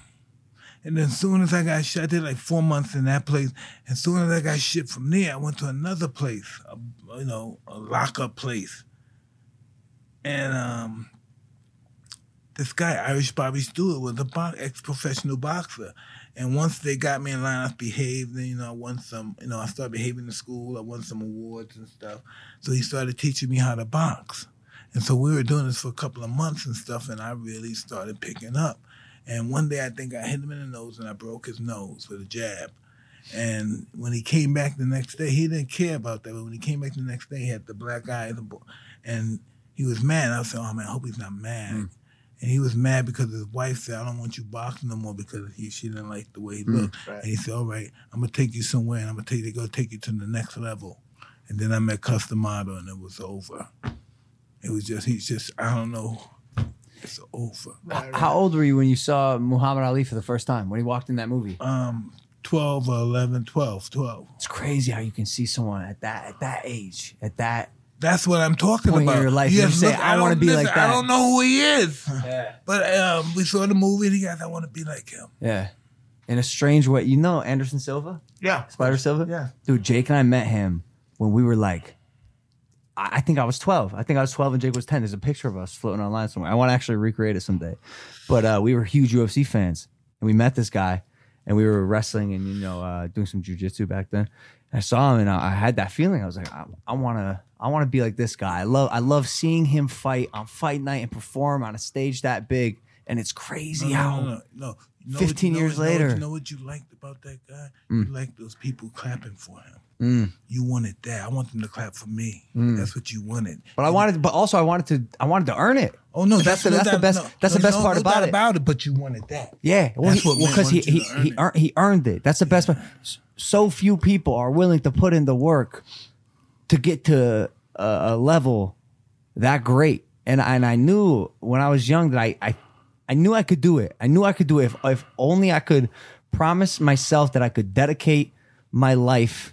B: And then soon as I got shot, I did like four months in that place. And soon as I got shipped from there, I went to another place, a, you know, a lockup place. And um, this guy, Irish Bobby Stewart, was a bo- ex-professional boxer. And once they got me in line, I behaved, and you know, I won some. You know, I started behaving in school. I won some awards and stuff. So he started teaching me how to box. And so we were doing this for a couple of months and stuff, and I really started picking up. And one day, I think I hit him in the nose, and I broke his nose with a jab. And when he came back the next day, he didn't care about that. But when he came back the next day, he had the black eye, and the bo- and he was mad. I said, "Oh man, I hope he's not mad." And he was mad because his wife said, "I don't want you boxing no more because he, she didn't like the way
F: Hmm.
B: he looked."
A: right.
B: And he said, "All right, I'm gonna take you somewhere, and I'm gonna take you, go take you to the next level." And then I met Customado, and it was over. It was just he's just I don't know. It's over.
A: Right, right.
F: How old were you when you saw Muhammad Ali for the first time when he walked in that movie?
B: Um, 12 or 11, 12, 12.
F: It's crazy how you can see someone at that at that age, at that
B: That's what I'm talking
F: Point in
B: about.
F: your life,
B: You
F: you
B: have to
F: say,
B: look-
F: "I wanna
B: don't-
F: be
B: listen,
F: like
B: I
F: that."
B: don't know who he is, but um, we saw the movie. And he goes, I want to be like him.
F: yeah, in a strange way. You know, Anderson Silva,
A: Yeah.
F: Spider Silva.
A: Yeah.
F: dude, Jake and I met him when we were like, I, I think I was twelve. I think I was twelve and Jake was ten. There's a picture of us floating online somewhere. I want to actually recreate it someday. But uh, we were huge UFC fans, and we met this guy, and we were wrestling and you know uh, doing some jujitsu back then. And I saw him, and I, I had that feeling. I was like, I, I wanna, I wanna be like this guy. I love, I love seeing him fight on fight night and perform on a stage that big. And it's crazy how
B: No, no, no, no. You know
F: 15
B: what, you
F: years
B: know, what-
F: later. Mm.
B: You know what you liked about that guy? You liked those people clapping for him. You wanted that. I want them to clap for me. That's what you wanted.
F: Mm. But I wanted, but also I wanted to, I wanted to earn it.
B: Oh no,
F: That's the-
B: no
F: that's the
B: doubt-
F: best-
B: no,
F: that's the
B: no,
F: best
B: no-
F: part
B: no
F: about
B: doubt
F: it.
B: About it, but you wanted that.
F: Yeah, well,
B: That's
F: he,
B: what
F: well,
B: men
F: 'cause he
B: want you
F: he
B: to earn
F: he,
B: it.
F: earned, he earned it. That's the best part. S- So few people are willing to put in the work to get to a, a level that great. And I, and I knew when I was young that I, I I knew I could do it. I knew I could do it if if only I could promise myself that I could dedicate my life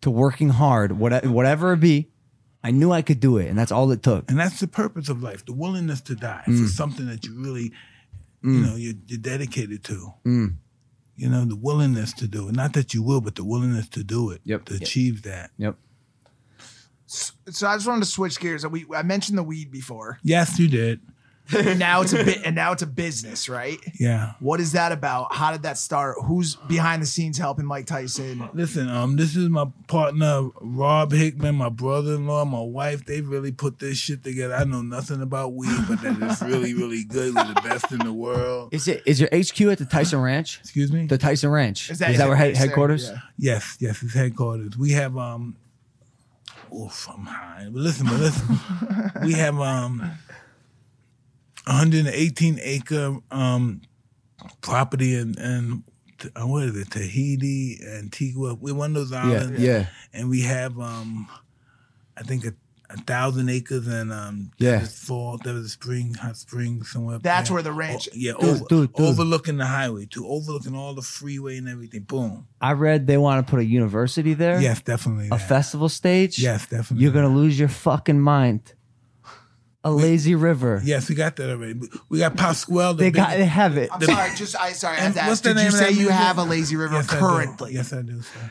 F: to working hard, what- whatever it be. I knew I could do it, and that's all it took.
B: And that's the purpose of life, the willingness to die
F: Mm.
B: for something that you really, you know, you're, you're dedicated to.
F: Mm.
B: You know, the willingness to do it. Not that you will, but the willingness to do it.
F: Yep.
B: To
F: Yep.
B: achieve that.
F: Yep.
A: So I just wanted to switch gears. We I mentioned the weed before.
B: Yes, you did.
A: And now it's a bit and now it's a business, right?
B: Yeah.
A: What is that about? How did that start? Who's behind the scenes helping Mike Tyson?
B: Listen, um, this is my partner Rob Hickman, my brother-in-law, my wife. They really put this shit together. I know nothing about weed, but that it's really, really good. We're the best in the world.
F: Is it is your HQ at the Tyson Ranch?
B: Excuse me.
F: The Tyson Ranch. Is
A: Is
F: that,
A: that-
F: is
A: is
F: that
A: it
F: where head,
A: based there?
F: headquarters?
A: Yeah.
B: Yes, yes, it's headquarters. We have um oof, I'm high. But listen, but listen. we have um 118 acre um property in in uh, what is it, Tahiti, Antigua. We're one of those islands.
F: yeah.
B: And we have um I think a, a thousand acres and um
F: Yeah.
B: there's fall there was a spring, hot spring somewhere. up
A: That's
B: there.
A: where the ranch-
B: Oh, yeah,
F: Dude,
B: over,
F: dude, dude.
B: overlooking the highway, to overlooking all the freeway and everything. Boom.
F: I read they want to put a university there.
B: Yes, definitely.
F: A
B: that.
F: festival stage.
B: Yes, definitely.
F: You're gonna lose your fucking mind. A lazy river.
B: Yes, we got that already. We- We got Pasquale.
F: They got they have it.
A: I'm
B: The-
A: sorry, just I sorry, I have
B: And
A: to ask.
B: what's the
A: Did
B: name
A: you
B: of
A: say
B: that
A: you
B: music?
A: have a lazy river
B: yes, I
A: currently?
B: do. Yes, I do. Sir.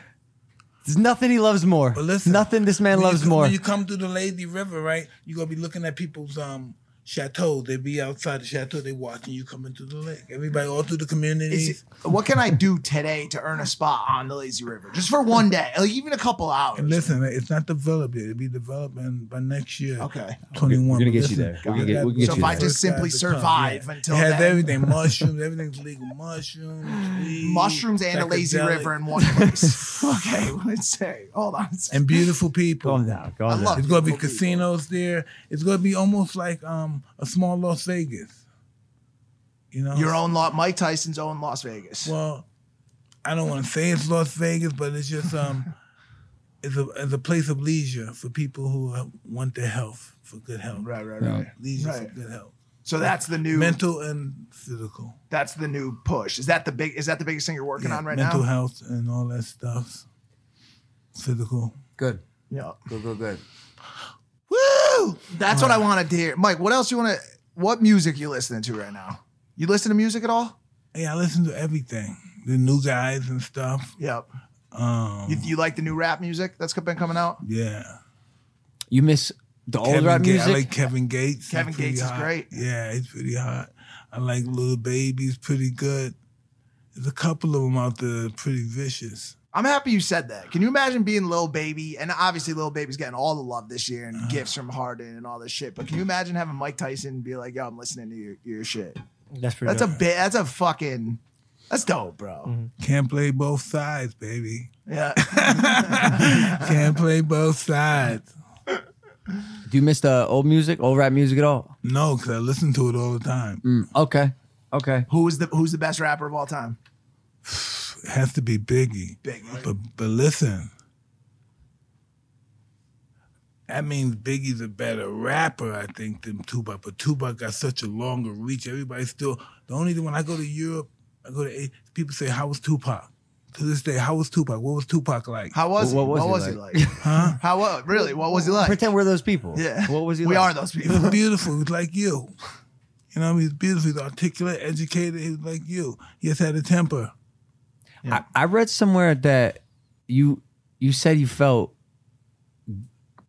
F: There's nothing he loves more.
B: But listen,
F: nothing this man
B: when
F: loves
B: you, come-
F: more.
B: When you come through the lazy river, right? You gonna be looking at people's um chateaux. They be outside the chateau. They watching you coming through the lake. Everybody all through the
A: Is
B: community.
A: it- what can I do today to earn a spot on the lazy river? Just for one day, like even a couple hours.
B: And listen, it's not developed yet. It'll be developed in, by next year.
A: Okay.
B: twenty one.
F: We're gonna get you there. We're gonna get- we're gonna get
A: So if you I there. just simply survive until
B: it has
A: then.
B: everything mushrooms, everything's legal mushrooms, weed,
A: Mushrooms and a lazy
B: psychedelic,
A: river in one place. okay, let's say. Hold on. a second.
B: and beautiful people.
F: calm down. Calm
A: I
F: down.
A: love
B: It's gonna be
A: Beautiful people.
B: casinos there. It's gonna be almost like um a small Las Vegas. You know,
A: Your own lot, Mike Tyson's own Las Vegas.
B: Well, I don't want to say it's Las Vegas, but it's just um, it's a it's a place of leisure for people who uh, want their health for good health.
A: right, right, right.
B: Leisure
A: Right.
B: for good health,
A: So that's the new.
B: mental and physical.
A: that's the new push. Is that the big? Is that the biggest thing you're working
B: Yeah,
A: on right
B: mental
A: now?
B: health and all that stuff. Physical.
F: Good.
A: Yeah.
F: Good. Good. Good.
A: Woo! That's what I wanted to hear, Mike. What else you want to? What music you listening to right now? You listen to music at all?
B: Hey, I listen to everything. The new guys and stuff.
A: Yep.
B: Um,
A: You, you like the new rap music that's been coming out?
B: yeah.
F: You miss the old
B: Kevin
F: rap
B: Ga-
F: music.
B: I like Kevin Gates. He's
A: Kevin
B: pretty
A: Gates is
B: hot.
A: great.
B: Yeah, he's pretty hot. I like Little Baby's pretty good. There's a couple of them out there pretty vicious.
A: I'm happy you said that. Can you imagine being Lil Baby? And obviously, Lil Baby's getting all the love this year and
B: Uh-huh.
A: gifts from Harden and all this shit. But can you imagine having Mike Tyson be like, "Yo, I'm listening to your, your shit."
C: That's pretty.
A: That's a bit. That's a fucking. That's dope, bro.
B: Can't play both sides, baby.
A: Yeah.
B: Can't play both sides.
F: Do you miss the old music, old rap music at all?
B: No, because I listen to it all the time.
F: Mm, Okay. Okay.
A: who's the Who's the best rapper of all time?
B: It has to be Biggie.
A: Biggie.
B: But but listen. That means Biggie's a better rapper, I think, than Tupac. But Tupac got such a longer reach. Everybody still the only thing when I go to Europe, I go to people say, How was Tupac? to this day, how was Tupac? What was Tupac like?
A: How was
F: What
A: he?
F: was
A: what
F: he
A: was
F: like?
A: he like? huh? How was really? What was he like?
F: Pretend we're those people.
A: yeah.
F: What was he?
A: We
F: like?
A: are those
B: He
A: people.
B: was beautiful. He was like you. You know, he was beautiful. He was articulate, educated. He was like you. He just had a temper.
F: I, I read somewhere that you you said you felt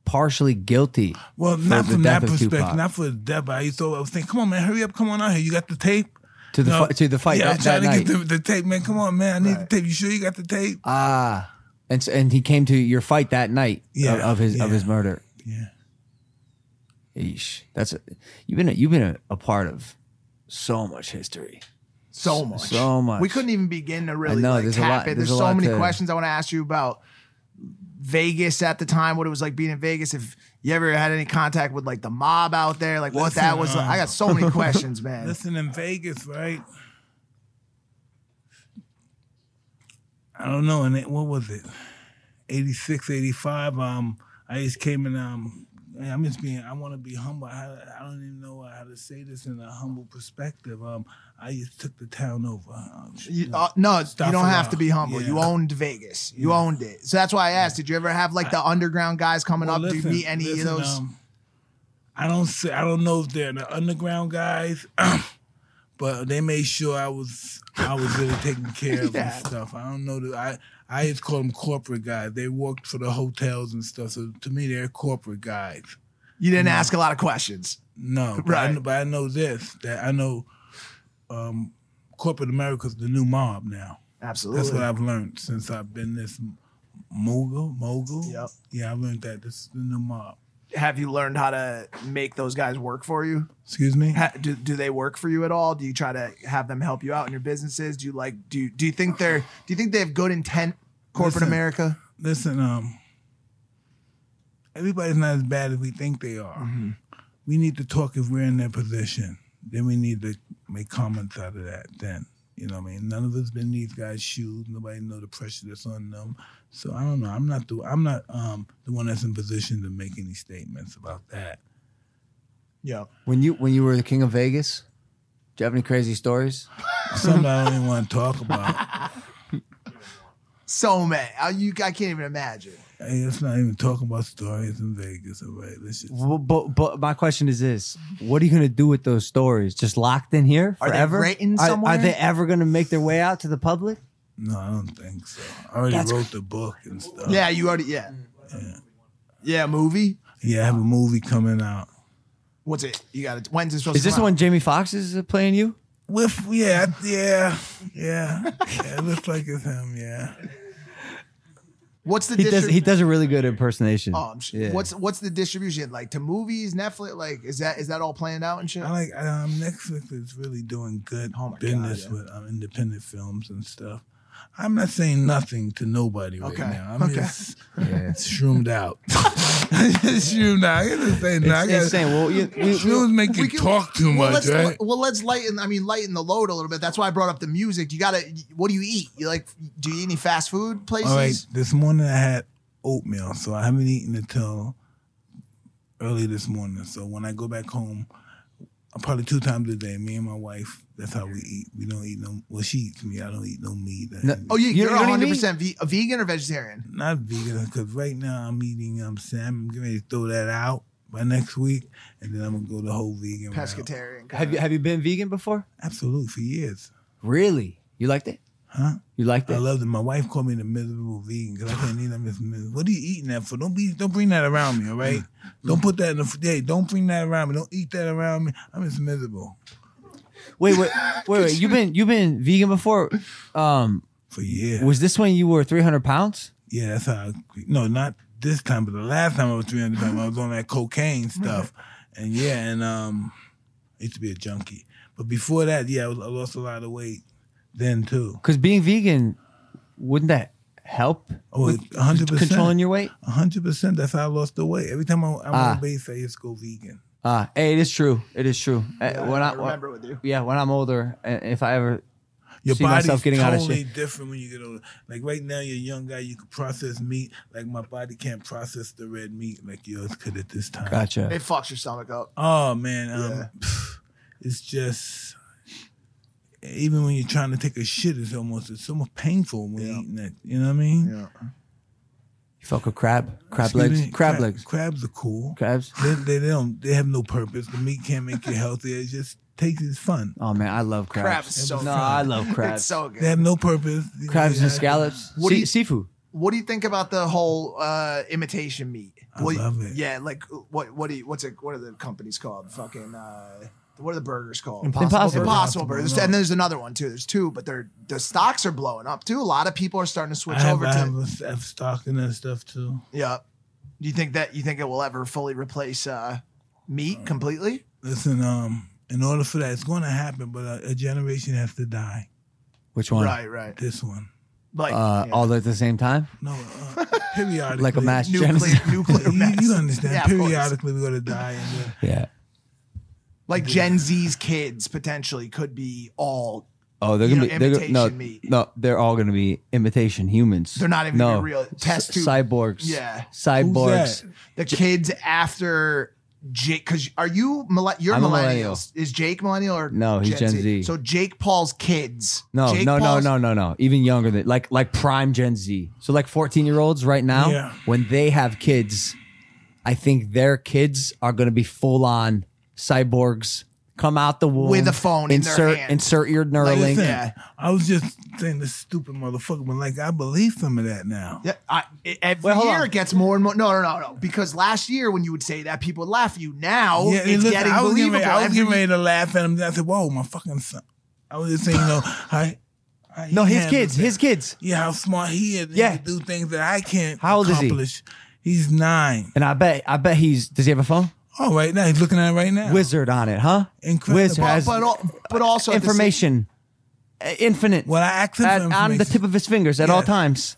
F: partially guilty.
B: Well,
F: for
B: not
F: the
B: from
F: death
B: that
F: of
B: perspective,
F: Tupac.
B: not for the death. But I used to I was thinking, come on, man, hurry up, come on out here. You got the tape
F: To the
B: No.
F: fi- to the fight
B: Yeah,
F: that,
B: I'm
F: that
B: trying
F: night.
B: to get the, the tape, man. Come on, man, I need the tape. You sure you got the tape?
F: Ah, and so, and he came to your fight that night
B: Yeah,
F: of, of his of
B: yeah.
F: his murder.
B: yeah,
F: Eesh, that's a, you've been a, you've been a, a part of so much history.
A: so much,
F: so much.
A: We couldn't even begin to really
F: know,
A: like,
F: there's a
A: tap
F: lot-
A: it.
F: there's
A: There's,
F: a
A: so
F: lot
A: many
F: to-
A: questions I want to ask you about Vegas at the time, what it was like being in Vegas. If you ever had any contact with like the mob out there, like what
B: Listen,
A: that was. like. I got so many questions, man.
B: listen in Vegas, right? I don't know. And it, what was it? 86, 85. Um, I just came in. Um, man, I'm just being. I want to be humble. I, I don't even know how to say this in a humble perspective. Um, I just took the town over. Um,
A: You, uh, no,
B: Stuff
A: you don't have
B: around.
A: to be humble.
B: Yeah.
A: You owned Vegas. You owned it. So that's why I asked. Did you ever have like the underground guys coming
B: Well,
A: up? Do you
B: listen,
A: meet any
B: listen,
A: of those?
B: um, I don't say, I don't know if they're the underground guys, but they made sure I was I was really taken care of
A: Yeah.
B: and stuff. I don't know. The, I I just call them corporate guys. They worked for the hotels and stuff. So to me, they're corporate guys.
A: you
F: Mm-hmm.
A: didn't ask a lot of questions.
B: No, but I,
A: Right.
B: kn- but I know this that I know um, corporate America's the new mob now.
A: Absolutely.
B: That's what I've learned since I've been this m- mogul. Mogul.
A: Yep.
B: Yeah, I learned that this is the new mob.
A: have you learned how to make those guys work for you?
B: Excuse me.
A: Ha- do, do they work for you at all? Do you try to have them help you out in your businesses? Do you like do you, do you think they're do you think they have good intent? Corporate
B: Listen.
A: America.
B: listen, um, everybody's not as bad as we think they are. We need to talk if we're in their position. Then we need to make comments out of that. Then you know, what I mean, none of us been in these guys' shoes. Nobody know the pressure that's on them. So I don't know. I'm not the I'm not um the one that's in position to make any statements about that.
A: Yeah.
F: When you when you were the king of Vegas, do you have any crazy stories?
B: Something I don't even want to talk about.
A: So man, I, you I can't even imagine.
B: Hey, let's not even talk about stories in Vegas. All right, let's just
F: Well, but but my question is this: What are you going to do with those stories? Just locked in here
A: Are they
F: forever?
A: written
F: Are- Are,
A: somewhere?
F: they ever going to make their way out to the public?
B: no. I don't think so. I already
F: That's-
B: wrote the book and stuff.
F: Uh,
A: Yeah, you already. Yeah. Yeah, movie.
B: Yeah, I have a movie coming out.
A: What's it? You got it. When's it supposed
F: Is
A: to
F: this
A: come
F: the
A: out?
F: one Jamie Foxx is uh, playing you?
B: With yeah, yeah, yeah. yeah it looks like it's him, yeah.
A: What's the
F: He does
A: distribution?
F: he does a really good impersonation.
A: Oh, I'm sh-
F: Yeah.
A: What's what's the distribution like to movies, Netflix? Like, is that is that all planned out and shit?
B: I like um Netflix is really doing good
A: Oh my God,
B: business
A: yeah.
B: with um, independent films and stuff. I'm not saying nothing to nobody right
A: Okay,
B: now. I'm
A: okay.
B: just
F: Yeah.
B: shroomed out. just shroomed out. I gotta say no, I
F: It's
B: gotta,
F: insane. Well, you, we, we,
B: Shrooms make you
A: can-
B: talk too
A: well,
B: much,
A: let's,
B: right?
A: Well, let's lighten. I mean, lighten the load a little bit. That's why I brought up the music. You gotta. What do you eat? You like? Do you eat any fast food places?
B: All right. This morning I had oatmeal, so I haven't eaten until early this morning. So when I go back home, uh, probably two times a day, me and my wife, that's how we eat. We don't eat no well, she eats meat. I don't eat no meat.
F: No-
A: Oh, you,
F: You
A: you
F: know
A: are
F: what I mean?
A: 100 percent ve- a vegan or vegetarian.
B: Not vegan, because right now I'm eating um salmon. I'm getting ready to throw that out by next week, and then I'm gonna go the whole vegan. route.
A: Pescatarian.
F: have you have you been vegan before?
B: Absolutely, for years.
F: Really? You liked it?
B: Huh?
F: You liked
B: I
F: it?
B: love it. My wife called me the miserable vegan because I can't eat. I'm just miserable. What are you eating that for? Don't be, don't bring that around me. All right,
F: Mm.
B: don't put that in the f- hey, Don't bring that around me. Don't eat that around me. I'm just miserable
F: Wait, wait, wait, wait. You've been you've been vegan before. Um,
B: for years.
F: was this when you were three hundred pounds?
B: yeah, that's how. I, no, not this time, but the last time I was 300 pounds, I was on that cocaine stuff, and yeah, and um, I used to be a junkie. But before that, yeah, I, was, I lost a lot of weight then too.
F: Because being vegan, wouldn't that help?
B: Oh,
F: with
B: 100%.
F: Controlling your weight.
B: hundred percent. That's how I lost the weight. Every time I, I'm
F: Ah.
B: on base, I just go vegan.
F: Uh, hey, it is true. It is true. Uh, when I,
A: I remember with you.
F: yeah, when I'm older, and if I ever,
B: Your
F: see
B: body's
F: myself getting out
B: totally
F: of
B: different when you get older. Like right now, you're a young guy. You can process meat. Like my body can't process the red meat like yours could at this time.
F: gotcha.
A: It fucks your stomach up.
B: Oh man, um,
A: Yeah.
B: pff, it's just even when you're trying to take a shit, it's almost it's almost painful when you're eating that. You know what I mean?
A: Yeah.
F: You fuck a crab. Crab
B: Excuse
F: legs.
B: me?
F: Crab
B: Crab-
F: legs.
B: Crabs are cool.
F: Crabs.
B: They, they, they don't. They have no purpose. The meat can't make you healthy. It just takes its fun.
F: Oh man, I love crabs.
A: Crab is so
F: no,
A: good.
F: I love crabs.
A: It's so good.
B: They have no purpose.
F: crabs and
B: Yeah.
F: scallops.
A: What
F: What sea-
A: do
F: seafood?
A: What do you think about the whole uh, imitation meat?
B: I
A: What-
B: love it.
A: Yeah, like what? What do you, what's it? What are the companies called? Fucking uh, what are the burgers called?
F: Impossible.
A: Impossible
B: Impossible
A: burgers.
B: Burger.
A: And there's another one too. There's two, but they're the stocks are blowing up too. A lot of people are starting to switch
B: I have,
A: over
B: I
A: to.
B: have, a, I have stock in that stuff too.
A: yeah. Do you think that you think it will ever fully replace uh, meat completely?
B: Listen, um, in order for that, it's going to happen, but a, a generation has to die.
F: Which one?
A: Right, right.
B: This one,
A: Like
F: Uh,
A: yeah.
F: All at the same time.
B: no, uh, periodically,
F: Like a mass
A: nuclear,
F: genocide.
A: nuclear.
B: You,
A: mess.
B: you understand?
A: Yeah, of course.
B: periodically, we're going to die. And then,
F: Yeah.
A: Like Gen Z's kids potentially could be all.
F: Oh, they're
A: You
F: gonna
A: know,
F: be. They're gonna,
A: imitation
F: no,
A: meat.
F: no, they're all gonna be imitation humans.
A: They're not even
F: no.
A: gonna be real. Test tube.
F: cyborgs.
A: Yeah.
F: Cyborgs.
B: that?
A: The kids after Jake, because are you millenn- you're
F: I'm a millennial.
A: millennials? Is Jake millennial or
F: No, he's Gen Z.
A: So Jake Paul's kids.
F: No,
A: Jake
F: no,
A: Paul's-
F: no, no, no, no. Even younger than like like prime Gen Z. So like 14 year olds right now,
B: Yeah.
F: when they have kids, I think their kids are gonna be full on cyborgs. Come out the womb
A: With a phone in their
F: Insert
A: hand.
F: insert your Neuralink.
B: Listen,
A: Yeah.
B: I was just saying this stupid motherfucker, but like I believe some of that now.
A: Yeah, I, e- every
F: Wait, hold
A: year
F: on.
A: it gets more and more. No, no, no, no. Because last year when you would say that, people would laugh at you. Now
B: Yeah, and
A: it's
B: listen,
A: getting
B: I was
A: believable.
B: Getting ready, I was
A: Every
B: getting
A: year-
B: ready to laugh at him. Then I said, "Whoa, my fucking son!" I was just saying, you know, I, I,
F: no,
B: he
F: his
B: handles
F: kids,
B: that.
F: his kids.
B: Yeah, how smart he is.
F: Yeah.
B: he can do things that I can't.
F: How old is he?
B: accomplish. He's nine.
F: And I bet I bet he's does he have a phone?
B: Oh, right now he's looking at it right now.
F: Wizard on it, huh?
B: Incredible.
F: Wizard
A: but,
F: has
A: but, al- but also at the same-
F: information. uh, Infinite.
B: Well, I asked him for
F: at- on the
B: information.
F: tip of his fingers at all
B: Yes.
F: times.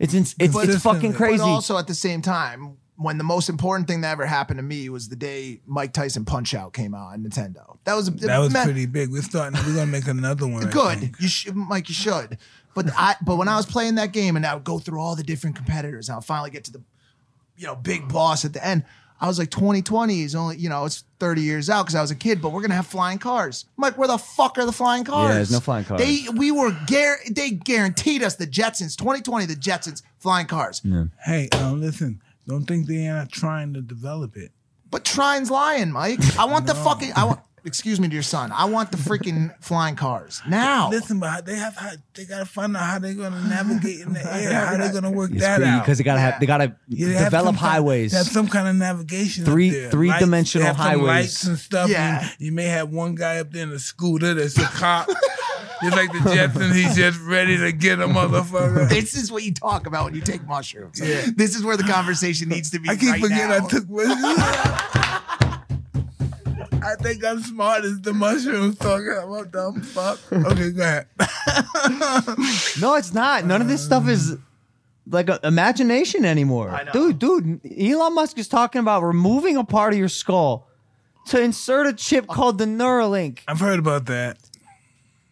F: It's ins it's,
B: But-
F: it's fucking
B: But
F: crazy.
A: But also at the same time, when the most important thing that ever happened to me was the day Mike Tyson Punch Out came out on Nintendo. That was
B: that was
A: man,
B: pretty big. We're starting. We're gonna make another one. I
A: good.
B: think.
A: You should, Mike. You should. But I. But when I was playing that game, and I would go through all the different competitors, and I'll finally get to the, you know, big boss at the end. I was like, 2020 is only, you know, it's 30 years out because I was a kid, but we're gonna have flying cars. Mike, where the fuck are the flying cars?
F: there's no flying cars.
A: They we were gar- they guaranteed us the Jetsons, 2020, the Jetsons, flying cars.
B: Hey, um, listen. Don't think they are not trying to develop it.
A: But Trine's lying, Mike. I want the fucking. I want. Excuse me to your son. I want the freaking flying cars now.
B: Listen, but they have. how- They gotta find out how they're gonna navigate in the air. How they're gonna work
F: It's
B: that
F: pretty
B: out.
F: because they gotta have they gotta
B: Yeah, they have some
F: develop
B: kind-
F: highways.
B: they have some kind of navigation. up
F: Three-
B: there.
F: three
B: Lights, they
F: dimensional
B: have some
F: highways.
B: Lights and stuff.
A: Yeah.
B: You, you may have one guy up there in a scooter that's a cop. Just like the Jetson, he's just ready to get a motherfucker.
A: This is what you talk about when you take mushrooms.
B: Yeah.
A: This is where the conversation needs to be.
B: I keep
A: right
B: forgetting
A: now.
B: I took mushrooms. I think I'm smart as the mushrooms talking. I'm a dumb fuck. Okay, go ahead.
F: no, it's not. None of this stuff is like a, imagination anymore.
A: I know.
F: Dude, dude, Elon Musk is talking about removing a part of your skull to insert a chip
A: Uh,
F: called the Neuralink.
B: I've heard about that.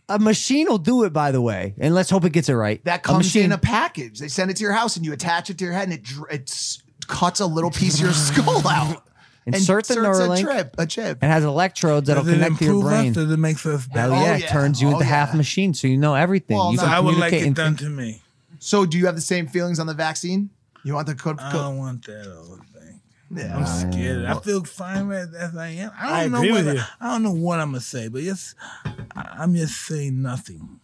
F: A machine will do it, by the way, and let's hope it gets it right.
A: that
F: a
A: comes
F: machine,
A: in a package. They send it to your house, and you attach it to your head, and it dr- it s- cuts a little piece of your skull out. and
F: Insert the
A: inserts
F: Neuralink.
A: A, trip, a chip.
F: It has electrodes that'll
B: Does it
F: Oh, connect to your
B: improve
F: brain.
B: us? Does it make us
F: Hell
B: better?
A: Oh,
F: yeah, it
A: yeah.
F: turns you
A: Oh,
F: into half
A: yeah.
F: machine, so you know everything.
A: Well,
F: you
A: no,
F: can
B: Oh, I would like
F: communicate
B: it
F: and
B: done
F: think.
B: to me.
A: So, do you have the same feelings on the vaccine? You want the code?
B: I
A: code-
B: don't want that old thing.
A: yeah.
B: Um, I'm scared. I feel fine right as I am.
G: I
B: I don't
G: agree
B: know
G: with
B: what
G: you.
B: I don't know what I'm gonna say, but yes, I- I'm just saying nothing.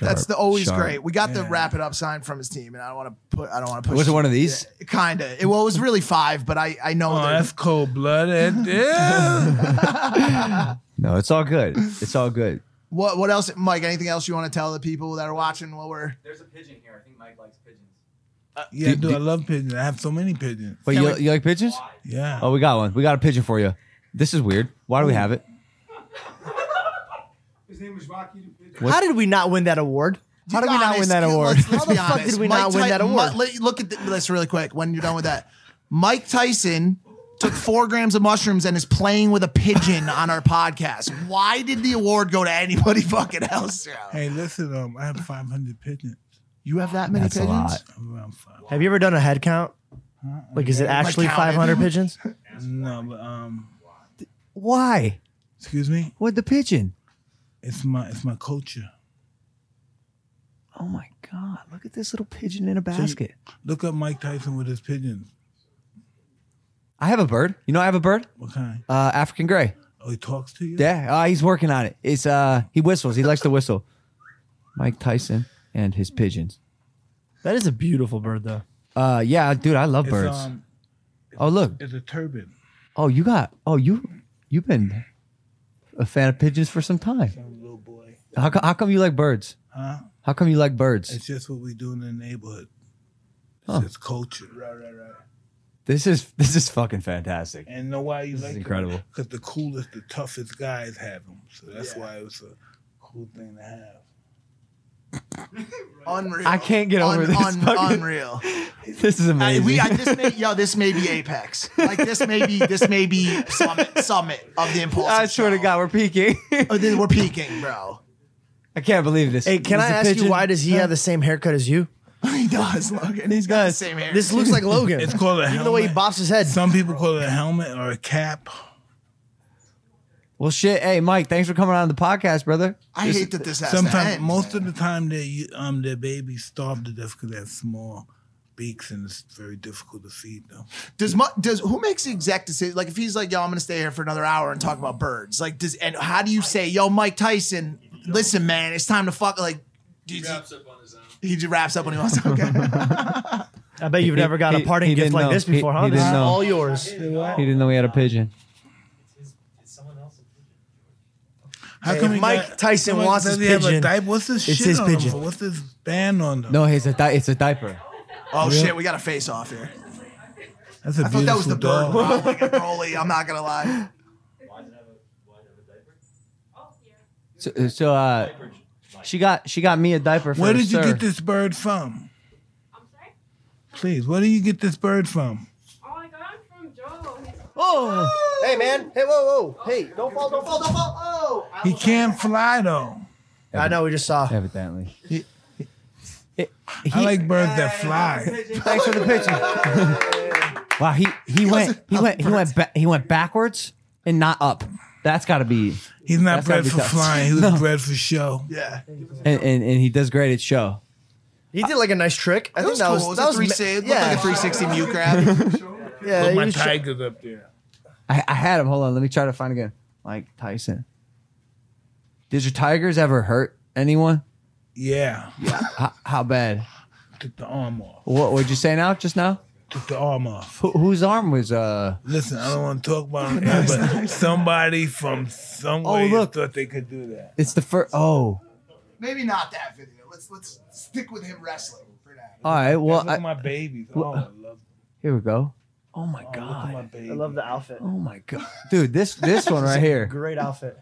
A: That's the always
F: Sharp.
A: great. We got the
B: Yeah.
A: wrap it up sign from his team, and I don't want to put. I don't want to push.
F: Was it one of these?
A: Kinda. It, well, it was really five, but I I know
B: Oh,
A: that-
B: that's cold blooded. Yeah.
F: No, it's all good. It's all good.
A: What what else, Mike? Anything else you want to tell the people that are watching while we're?
H: There's a pigeon here. I think Mike likes pigeons.
B: yeah, I
F: Do-
B: do.
F: do-
B: I love pigeons. I have so many pigeons.
F: But
A: Can't
F: you,
A: wait.
F: you like pigeons?
B: Yeah.
F: Oh, we got one. We got a pigeon for you. This is weird. Why do we have it?
H: His name is Rocky the Pigeon.
C: How did we not win that award?
F: How did we not win that
A: Let's-
F: award?
A: let's- let's
C: How the
A: be
C: fuck
A: honest.
C: did we not win
A: Ty-
C: that award?
A: Mi- let- look at th- this really quick. When you're done with that, Mike Tyson took four grams of mushrooms and is playing with a pigeon on our podcast. Why did the award go to anybody fucking else? Joe?
B: Hey, listen, um, I have 500 pigeons.
A: You have that many
F: That's a
A: pigeons?
F: lot.
B: I'm around five.
C: Have you ever done a head count? Like, is it actually
A: counted.
C: 500 pigeons?
B: No, but um,
F: Why?
B: excuse me.
F: What the pigeon?
B: It's my it's my culture.
F: Oh my god! Look at this little pigeon in a basket.
B: Look up Mike Tyson with his pigeons.
F: I have a bird. You know, I have a bird.
B: What kind?
F: Uh, African gray.
B: Oh, he talks to you.
F: Yeah, uh, he's working on it. It's uh, he whistles. He likes to whistle. Mike Tyson and his pigeons.
C: That is a beautiful bird, though.
F: Uh, yeah, dude, I love
B: it's,
F: birds.
B: Um,
F: oh look.
B: it's a turban.
F: Oh, you got. Oh, you you've been a fan of pigeons for some time.
B: I'm a little boy.
F: How, co- how come you like birds?
B: Huh?
F: How come you like birds?
B: It's just what we do in the neighborhood. It's
F: Huh.
B: just culture. Right, right, right.
F: This is this is fucking fantastic.
B: And know why you
F: This is
B: like
F: incredible.
B: Because the coolest, the toughest guys have them. So that's why it was a cool thing to have.
A: Unreal.
F: I can't get over this fucking-
A: Unreal.
F: This is
A: I,
F: amazing.
A: we, I, this may, yo, this may be apex. Like this may be this may be summit summit of the impulse.
F: I swear to God, we're peaking.
A: we're peaking, bro.
F: I can't believe this.
C: Hey, can
F: This
C: I
F: is a
C: ask you
F: pigeon.
C: why does he have the same haircut as you?
A: He does, Logan. He's got the same hair.
C: This looks like Logan.
B: It's called a
C: Even
B: helmet.
C: the way he bops his head.
B: Some people call it a helmet or a cap.
F: Well, shit. Hey, Mike, thanks for coming on the podcast, brother.
A: I hate that this has to
B: Sometimes,
A: end.
B: most of the time, they um their babies starve to death because they have small beaks and it's very difficult to feed them.
A: Does mu- does who makes the exact decision? Like if he's like, yo, I'm gonna stay here for another hour and talk about birds. Like does and how do you say, yo, Mike Tyson? Listen, man, it's time to fuck. Like
E: He
A: does
E: wraps up on his own.
A: he, he just wraps up when he wants. to. Okay.
C: I bet you've
F: He-
C: never got a
F: he-
C: parting
F: he
C: gift
F: didn't
C: like
F: know.
C: this
F: He-
C: before, huh?
F: he
C: This is
F: didn't know.
C: all yours.
F: He didn't know we had a pigeon.
H: It's his. It's someone else's.
B: How
C: Hey,
B: come
C: if
B: he
C: Mike Tyson
B: Mike-
C: wants
B: does
C: his
B: he have a
C: pigeon,
B: diaper? What's this
C: it's
B: shit
C: his
B: on him
C: pigeon.
B: for? What's this band on them?
F: No, it's a di- it's a diaper.
A: Oh shit, we got a face off here.
B: that's a
A: I thought that was
B: beautiful
A: the bird.
B: dog.
A: Bro. Like a broly. I'm not gonna lie.
H: Why does it have a Why does it have a diaper?
F: So,
G: Oh,
F: so uh, she got she got me a diaper. For
B: Where did you
F: sir.
B: get this bird from?
G: I'm sorry?
B: Please, where do you get this bird from?
G: Oh, I got it from Joe. He's-
F: Oh,
C: Hey, man. Hey, whoa, whoa. Hey.
A: Don't fall, don't fall, don't fall. Oh,
B: He can't fly though.
C: I know, we just saw.
F: evidently.
B: I like birds that fly.
F: Thanks for the picture. wow, he he went he went he went ba- he went backwards and not up. That's got to be
B: He's not
F: That's gotta
B: bred
F: be
B: for
F: tough.
B: flying. He was
F: No.
B: bred for show.
A: yeah.
F: and, and and he does great at show.
C: He did like a nice trick. I
A: That
C: think
A: was
C: that
A: cool.
C: was
A: it was
C: that
A: a
C: was
A: three
C: ma-
A: six.
C: Yeah,
A: Yeah. Like a 360 mute grab.
C: yeah. he was-
B: tiger's up there.
F: I, I had him. Hold on, let me try to find again. Mike Tyson. Did your tigers ever hurt anyone?
B: Yeah,
F: How, how bad?
B: took the arm off.
F: What would you say now? Just now?
B: Took the arm off.
F: Who, whose arm was uh?
B: Listen, I don't want to talk about it, now, but somebody from somewhere
F: Oh, look.
B: thought they could do that.
F: It's the first. Oh,
A: Maybe not that video. Let's let's stick with him wrestling for now.
F: all right.
B: Well,
F: Well,
B: look at
F: I,
B: my babies. Oh, I love them.
F: here we go. Oh my
B: Oh, look at my
F: god.
B: babies.
C: I love the outfit.
F: Oh my god, dude. This this one right here.
C: Great outfit.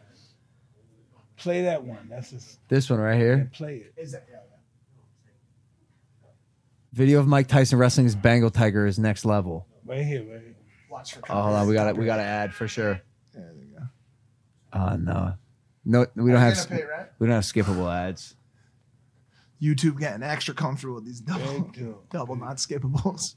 B: Play that one. That's just
F: This one right here.
B: play it.
A: Is that, yeah,
F: Video of Mike Tyson wrestling his Bengal tiger is next level.
B: Right here, right. Here.
A: Watch for.
F: Oh, hold on. We got to We got to add for sure.
A: Yeah, there you go.
F: Oh no, no. We don't
A: Are you
F: have
A: gonna pay rent?
F: we don't have skippable ads.
A: YouTube getting extra comfortable with these double
B: Thank you.
A: double not skippables.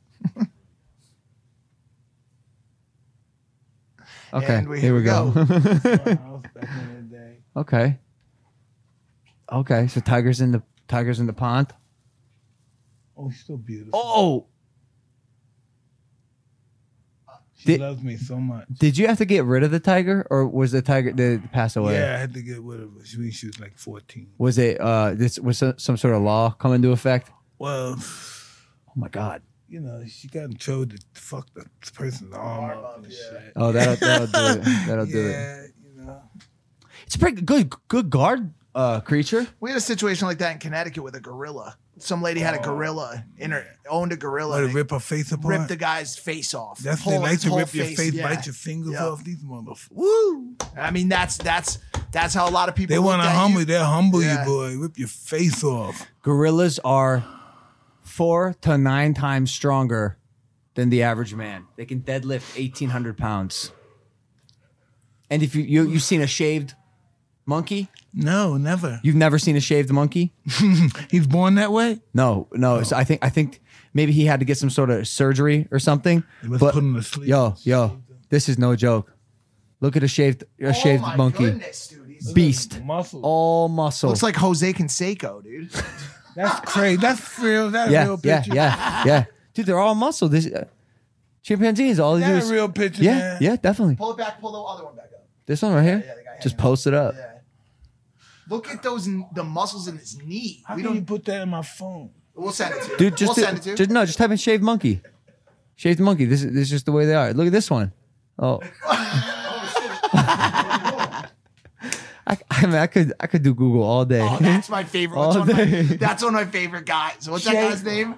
F: Okay,
A: And we-
F: here we go.
B: My house back in the day.
F: okay. Okay, so tigers in the tigers in the pond.
B: Oh, she's so beautiful.
F: Oh,
B: she
F: did-
B: loves me so much.
F: did you have to get rid of the tiger, or was the tiger did it pass away?
B: Yeah, I had to get rid of her. She, she was like 14.
F: Was it uh this was some, some sort of law come into effect?
B: Well,
F: Oh my god.
B: you know, she got in trouble to fuck the person's arm up and shit.
F: Oh, that'll, that'll do it. That'll do it.
B: Yeah, you know.
F: It's a pretty good good guard uh creature.
A: We had a situation like that in Connecticut with a gorilla. Some lady had a gorilla in her owned a gorilla.
B: Or to
A: They
B: Oh. rip her face apart.
A: ripped the guy's face off.
B: That's
A: Whole-
B: they like
A: his
B: to
A: whole
B: rip your face,
A: yeah.
B: bite your fingers
A: Yeah.
B: off. These motherfuckers. Woo!
A: I mean, that's that's that's how a lot of people.
B: They want to
A: looked at
B: humble.
A: you.
B: They'll humble
A: Yeah.
B: you, boy. Rip your face off.
F: Gorillas are four to nine times stronger than the average man. They can deadlift eighteen hundred pounds. And if you, you you've seen a shaved monkey,
B: No, never.
F: you've never seen a shaved monkey.
B: He's born that way.
F: No, no. So I think I think maybe he had to get some sort of surgery or something.
B: They must
F: But-
B: put him to sleep.
F: Yo, yo, this is no joke. Look at a shaved a
A: Oh
F: shaved
A: my
F: monkey.
A: goodness, dude, he's
H: He's
F: Beast.
B: Muscle.
A: Oh.
F: All muscle.
A: Looks like Jose Canseco, dude.
B: That's crazy. That's real. That's
F: yeah,
B: real
F: yeah,
B: picture.
F: yeah, yeah. Dude, they're all muscle. This uh, chimpanzees, all they do
B: That's
F: is
B: a real picture,
F: yeah,
B: man.
F: yeah, definitely.
A: Pull it back. Pull the other one back up.
F: This one right here,
A: uh, Yeah, the guy
F: just
A: hanging
F: post it up.
A: Yeah. Look at those n- the muscles in his knee.
B: How
A: we
B: can you
A: don't.
B: put that in my phone?
A: We'll send it to you.
F: Dude, just,
A: we'll
F: do-
A: send it to you.
F: just no, just type in shaved monkey, shaved monkey. This is this is just the way they are. Look at this one. Oh, I, I mean, I could I could do Google all day.
A: oh, that's my favorite.
F: All
A: That's one of my,
F: day.
A: that's one of my favorite guys. What's that guy's name?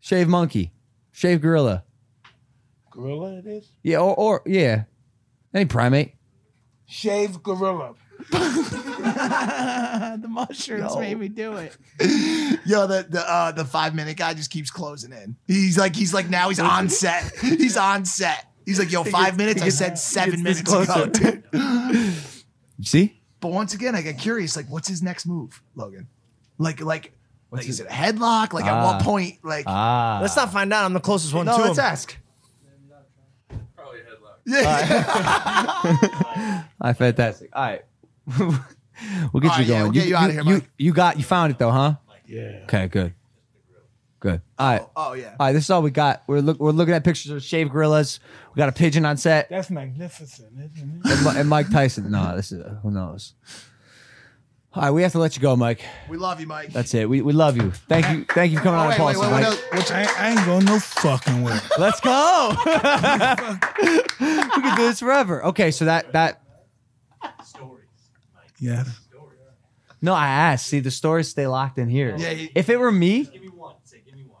F: shaved monkey, shaved gorilla.
B: Gorilla it is?
F: Yeah, or, or yeah, any primate.
B: Shaved gorilla.
A: the mushrooms
F: Yo. made me
A: do it. Yo, the the uh, the five minute guy just keeps closing in. He's like he's like now he's on set. He's on set. He's like yo five minutes. I said seven minutes
F: gets this
A: ago,
F: closer.
A: dude.
F: You see?
A: But once again, I get curious. Like, what's his next move, Logan? Like, like, like is it a headlock? Like, at
F: Ah.
A: what point? Like,
F: Ah,
C: Let's not find out. I'm the closest one
A: no,
C: to
A: let's
C: him.
A: ask.
E: Probably headlock.
A: Yeah,
F: I fantastic. All right, we'll get
A: right,
F: you going.
A: yeah, we'll get you outta here,
F: You,
A: Mike.
F: you got you found it though, huh?
B: Yeah.
F: Okay, good, good. All right,
A: oh yeah.
F: all right. This is all we got. We're look we're looking at pictures of shaved gorillas. We got a pigeon on set
B: That's magnificent, isn't it?
F: and, Mi- and Mike Tyson. No, this is who knows. All right, we have to let you go, Mike.
A: We love you, Mike.
F: That's it. We, we love you. Thank you. Thank you for coming
A: oh,
F: on.
A: wait, wait,
F: Paulson,
A: wait,
F: Mike.
A: what else? What's-
B: I, I ain't going no fucking way.
F: Let's go. we can do this forever. Okay, so that that
H: stories.
B: Yeah.
H: Stories.
F: no, I asked. See, the stories stay locked in here.
A: Yeah, you-
F: If it were me,
H: Give me one. Say, give me one.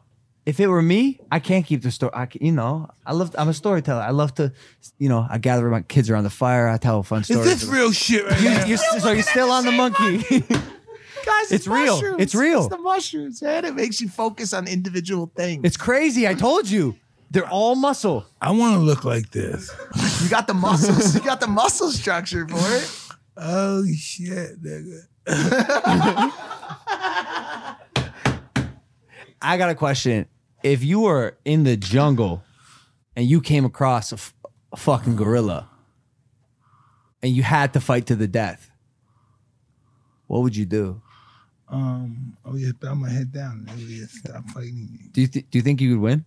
F: if it were me, I can't keep the story. I can, you know, I love. I'm a storyteller. I love to, you know, I gather my kids around the fire. I tell fun
B: Is
F: stories.
B: this real shit right
F: You,
B: now?
F: you're, so you're still on the monkey.
A: Guys,
F: It's real.
A: mushrooms.
F: It's real.
A: It's the mushrooms, man. It makes you focus on individual things.
F: it's crazy. I told you, they're all muscle.
B: I want to look like this.
A: you got the muscles. you got the muscle structure for it.
B: Oh shit, nigga.
F: I got a question. If you were in the jungle and you came across a, f- a fucking gorilla and you had to fight to the death, what would you do?
B: Um, I would just bow my head down and they would just stop fighting me.
F: Do you th- do you think you would win?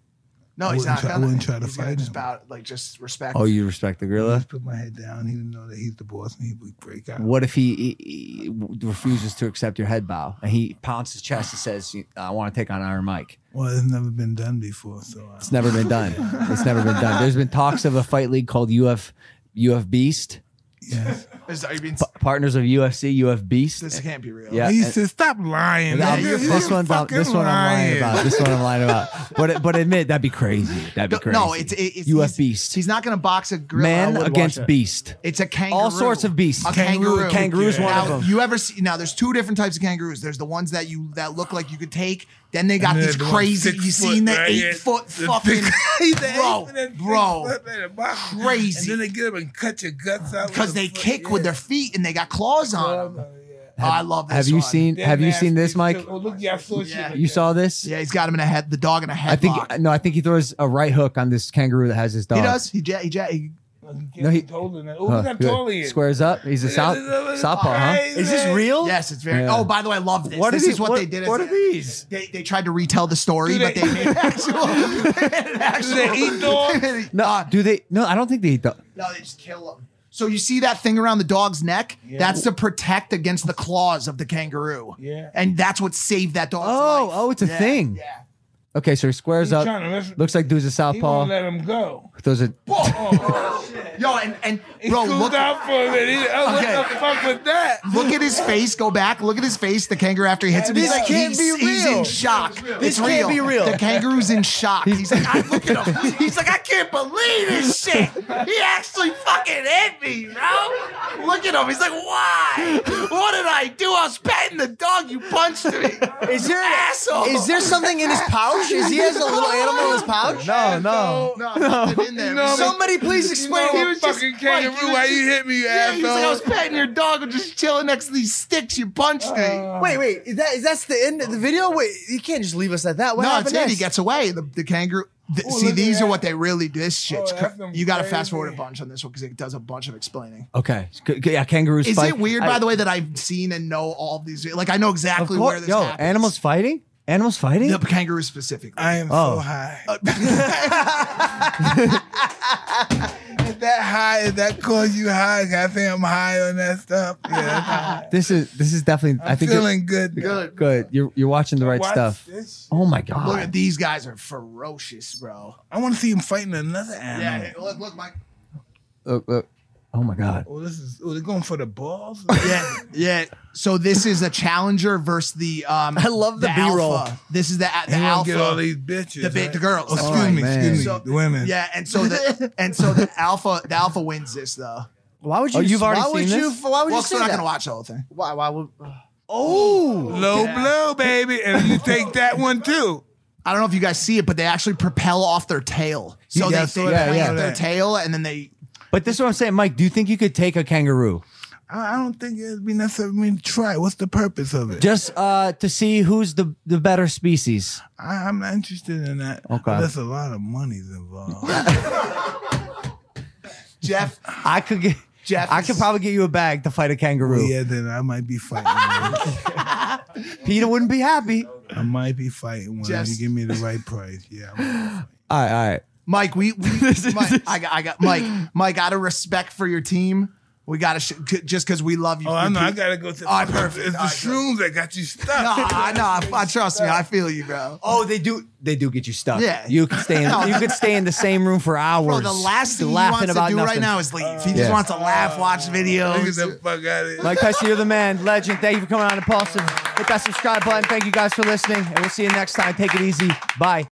A: No,
B: I
A: he's
B: wouldn't
A: not.
B: try- I
A: gonna.
B: wouldn't try to
A: He's gonna
B: fight
A: Just
B: him.
A: bow, like just respect.
F: Oh, you respect the
B: I
F: gorilla.
B: just put my head down. He didn't know that he's the boss and he would break out.
F: What if he, he- he refuses to accept your head bow and he pounds his chest and says, "I want to take on Iron Mike."
B: Well, it's never been done before, so uh, I,
F: It's never been done. It's never been done. There's been talks of a fight league called UF UF Beast,
B: yes.
A: Is- are you being?
F: partners of UFC, UF Beast.
A: This can't be real.
F: Yeah.
B: he said, "Stop lying." nigga.
F: Yeah, I'm-
B: You're
F: this one's out,
B: fucking
F: this one I'm lying
B: lying.
F: about. This one I'm lying about. But but admit that'd be crazy. That'd be crazy.
A: No, it's it, it's
F: UF
A: he's-
F: beast.
A: He's not gonna box a gorilla. I
F: Man
A: wouldn't
F: against
A: watch it.
F: beast.
A: It's a kangaroo.
F: All sorts of beasts.
A: A
B: Kangaroo.
A: kangaroo.
F: Kangaroo's
B: Yeah.
F: one
A: Now,
F: of them.
A: you ever see now there's two different types of kangaroos. There's the ones that you that look like you could take. Then they got
B: And then
A: these
B: the one
A: crazy
B: six
A: you seen
B: foot,
A: the
B: right?
A: eight
B: Yeah.
A: foot
B: The
A: fucking
B: big-
A: bro,
B: And then-
A: bro.
B: And
A: Crazy.
B: then they get up and cut your guts out. with
A: Because
B: the
A: they
B: foot,
A: kick
B: yeah.
A: with their feet and they got claws on them.
B: Yeah.
A: Oh, I love this.
F: Have you
A: one.
F: seen
B: They're
F: have you seen
B: nasty
F: this, Mike?
B: too. Oh, look, yeah, I saw
A: Yeah.
B: shit.
F: You saw this?
A: Yeah, he's got him in a head. The dog in a headlock.
F: I think no, I think he throws a right hook on this kangaroo that has his dog.
A: he does. He ja- he, ja- he
B: No,
F: he-
B: he told him that. Oh,
F: Huh,
B: look how
F: good.
B: tall he is.
F: Squares up. He's a south southpaw, huh?
C: Is this real?
A: Yes, it's very.
F: Yeah.
A: Oh, by the way, I love this. this
F: he-
A: is what, they did.
F: What
A: as,
F: are these?
A: They, they tried to retell the story,
B: Do
A: but
B: they-
A: they made an actual. they made an actual
B: they eat dogs?
A: they-
F: No, do they? No, I don't think they eat dog.
A: no, they just kill them. So you see that thing around the dog's neck? That's to protect against the claws of the kangaroo.
B: Yeah.
A: And that's what saved that dog's
F: Oh,
A: life.
F: oh, it's a
A: Yeah,
F: thing.
A: Yeah.
F: Okay, so he squares
B: He's
F: up.
B: trying to mess-
F: Looks like dude's a
B: He won't
F: southpaw.
B: let him go.
F: Throws a
A: Yo, and and
B: He
A: bro,
B: cooled
A: look.
B: out for a minute. He- Oh,
A: Okay.
B: what the fuck was that?
A: Look at his face. Go back. Look at his face. The kangaroo after he hits him.
C: This
A: he's like,
C: can't
A: he's,
C: be
A: he's
C: real.
A: in shock.
C: This
A: it's real.
C: can't be real.
A: The kangaroo's in shock. He's like, I look at him. He's like, I can't believe this shit. He actually fucking hit me, bro. Look at him. He's like, why? What did I do? I was petting the dog. You punched me.
C: Is there
A: Asshole.
C: is there something in his pouch? Is he has a little animal in his pouch?
F: no, no.
A: no, nothing in there.
B: No,
A: Some-
C: Somebody please explain.
B: You know,
A: he was just-
B: fucking
A: Mike, he
B: kangaroo.
A: was
B: Why
A: just-
B: you hit me, you
A: yeah, he's
B: asshole?
A: like, I was petting your dog. I'm just chilling next to these sticks. You punched
B: Uh, Oh.
A: me.
C: wait, wait. Is that is that's the end of the video? Wait, you can't just leave us at that. What
A: no,
C: happened
A: it's it. He
C: next?
A: gets away. The, the kangaroo. Th-
B: Oh,
A: see,
B: look at
A: these are
B: that.
A: what they really. This shit's.
B: Oh,
A: cra-
B: that's some
A: you got to
B: crazy-
A: fast forward a bunch on this one because it does a bunch of explaining.
F: Okay. C- c- Yeah, kangaroos
A: Is
F: fight.
A: it weird, by the way, that I've seen and know all of these? Like I know
F: Of
A: exactly
F: course.
A: where this
F: Yo,
A: happens.
F: animals fighting? Animals fighting?
A: the kangaroos specifically.
B: I am
F: Oh.
B: so high.
A: Uh,
B: Is that high? Is that cause you high? Can I say I'm high on that stuff? Yeah, that's high.
F: This is this is definitely
B: I'm
F: I think
B: feeling good. now.
A: Good.
F: you're good. You're you're watching the right
B: Watch
F: stuff.
B: this.
F: Oh my
A: Look at
F: god.
A: these guys are ferocious, bro.
B: I want to see him fighting another
A: Yeah,
B: animal.
A: hey, look, look, Mike.
F: Look, look. Oh my god.
B: Oh, this is. Oh, they're going for the balls.
A: Yeah, yeah. So this is a challenger versus the. Um,
C: I love the B-roll.
A: alpha. This is the, the
B: They wanna
A: alpha.
B: get all these bitches.
A: the big-
B: right?
A: the girls.
B: Oh, excuse
F: Oh,
B: me,
F: man.
B: excuse me.
A: So-
B: the women.
A: yeah, and so the and so the alpha the alpha wins this though.
C: Why would
F: Oh,
C: you?
F: you've already
C: why would
F: seen
C: you?
F: this?
C: Why would
A: Well, so
C: you say
A: we're not
C: that?
A: gonna watch the whole thing.
C: why? Why would?
F: Oh.
B: Low
A: Yeah.
B: blow, baby, and you take that one too.
A: I don't know if you guys see it, but they actually propel off their tail. So
B: Yeah, I
A: they,
B: saw
A: they
B: that.
A: plant
B: Yeah, yeah.
A: their tail and then they.
F: But this is what I'm saying, Mike. Do you think you could take a kangaroo
B: I, I don't think it'd be necessary for me to try. What's the purpose of it?
F: just uh, to see who's the the better species?
B: I, I'm not interested in that.
F: Okay.
B: There's a lot of money's involved.
A: Jeff,
F: I could get.
A: Jeff
F: I could
A: is-
F: probably get you a bag to fight a kangaroo.
B: yeah, then I might be fighting. one.
F: Peter wouldn't be happy.
B: I might be fighting one.
A: Just-
B: If you give me the right price. Yeah. I'm-
F: All right, all right.
A: Mike, we, we Mike, I got, I got Mike, Mike, out of respect for your team, we gotta sh- c- just because we love you.
B: Oh, I
A: your
B: know. I
A: pe-
B: gotta go to.
A: All right, perfect.
B: It's the
A: All right,
B: shrooms that got you stuck.
A: Nah, I- nah, I- trust me, I feel you, bro.
F: Oh, they do. They do get you stuck.
A: Yeah.
F: you could stay. In,
A: No,
F: you
A: the-
F: could stay in the same room for hours.
A: Bro, the last thing he
F: laughing
A: wants to
F: about
A: do right
F: nothing.
A: now is leave. He just
F: Yeah.
A: wants to laugh, watch
B: Look at
A: videos.
B: the fuck out of it.
F: Mike Tyson, you're the man, legend. Thank you for coming on Impulsive. Hit that subscribe button. Thank you guys for listening, and we'll see you next time. Take it easy. Bye.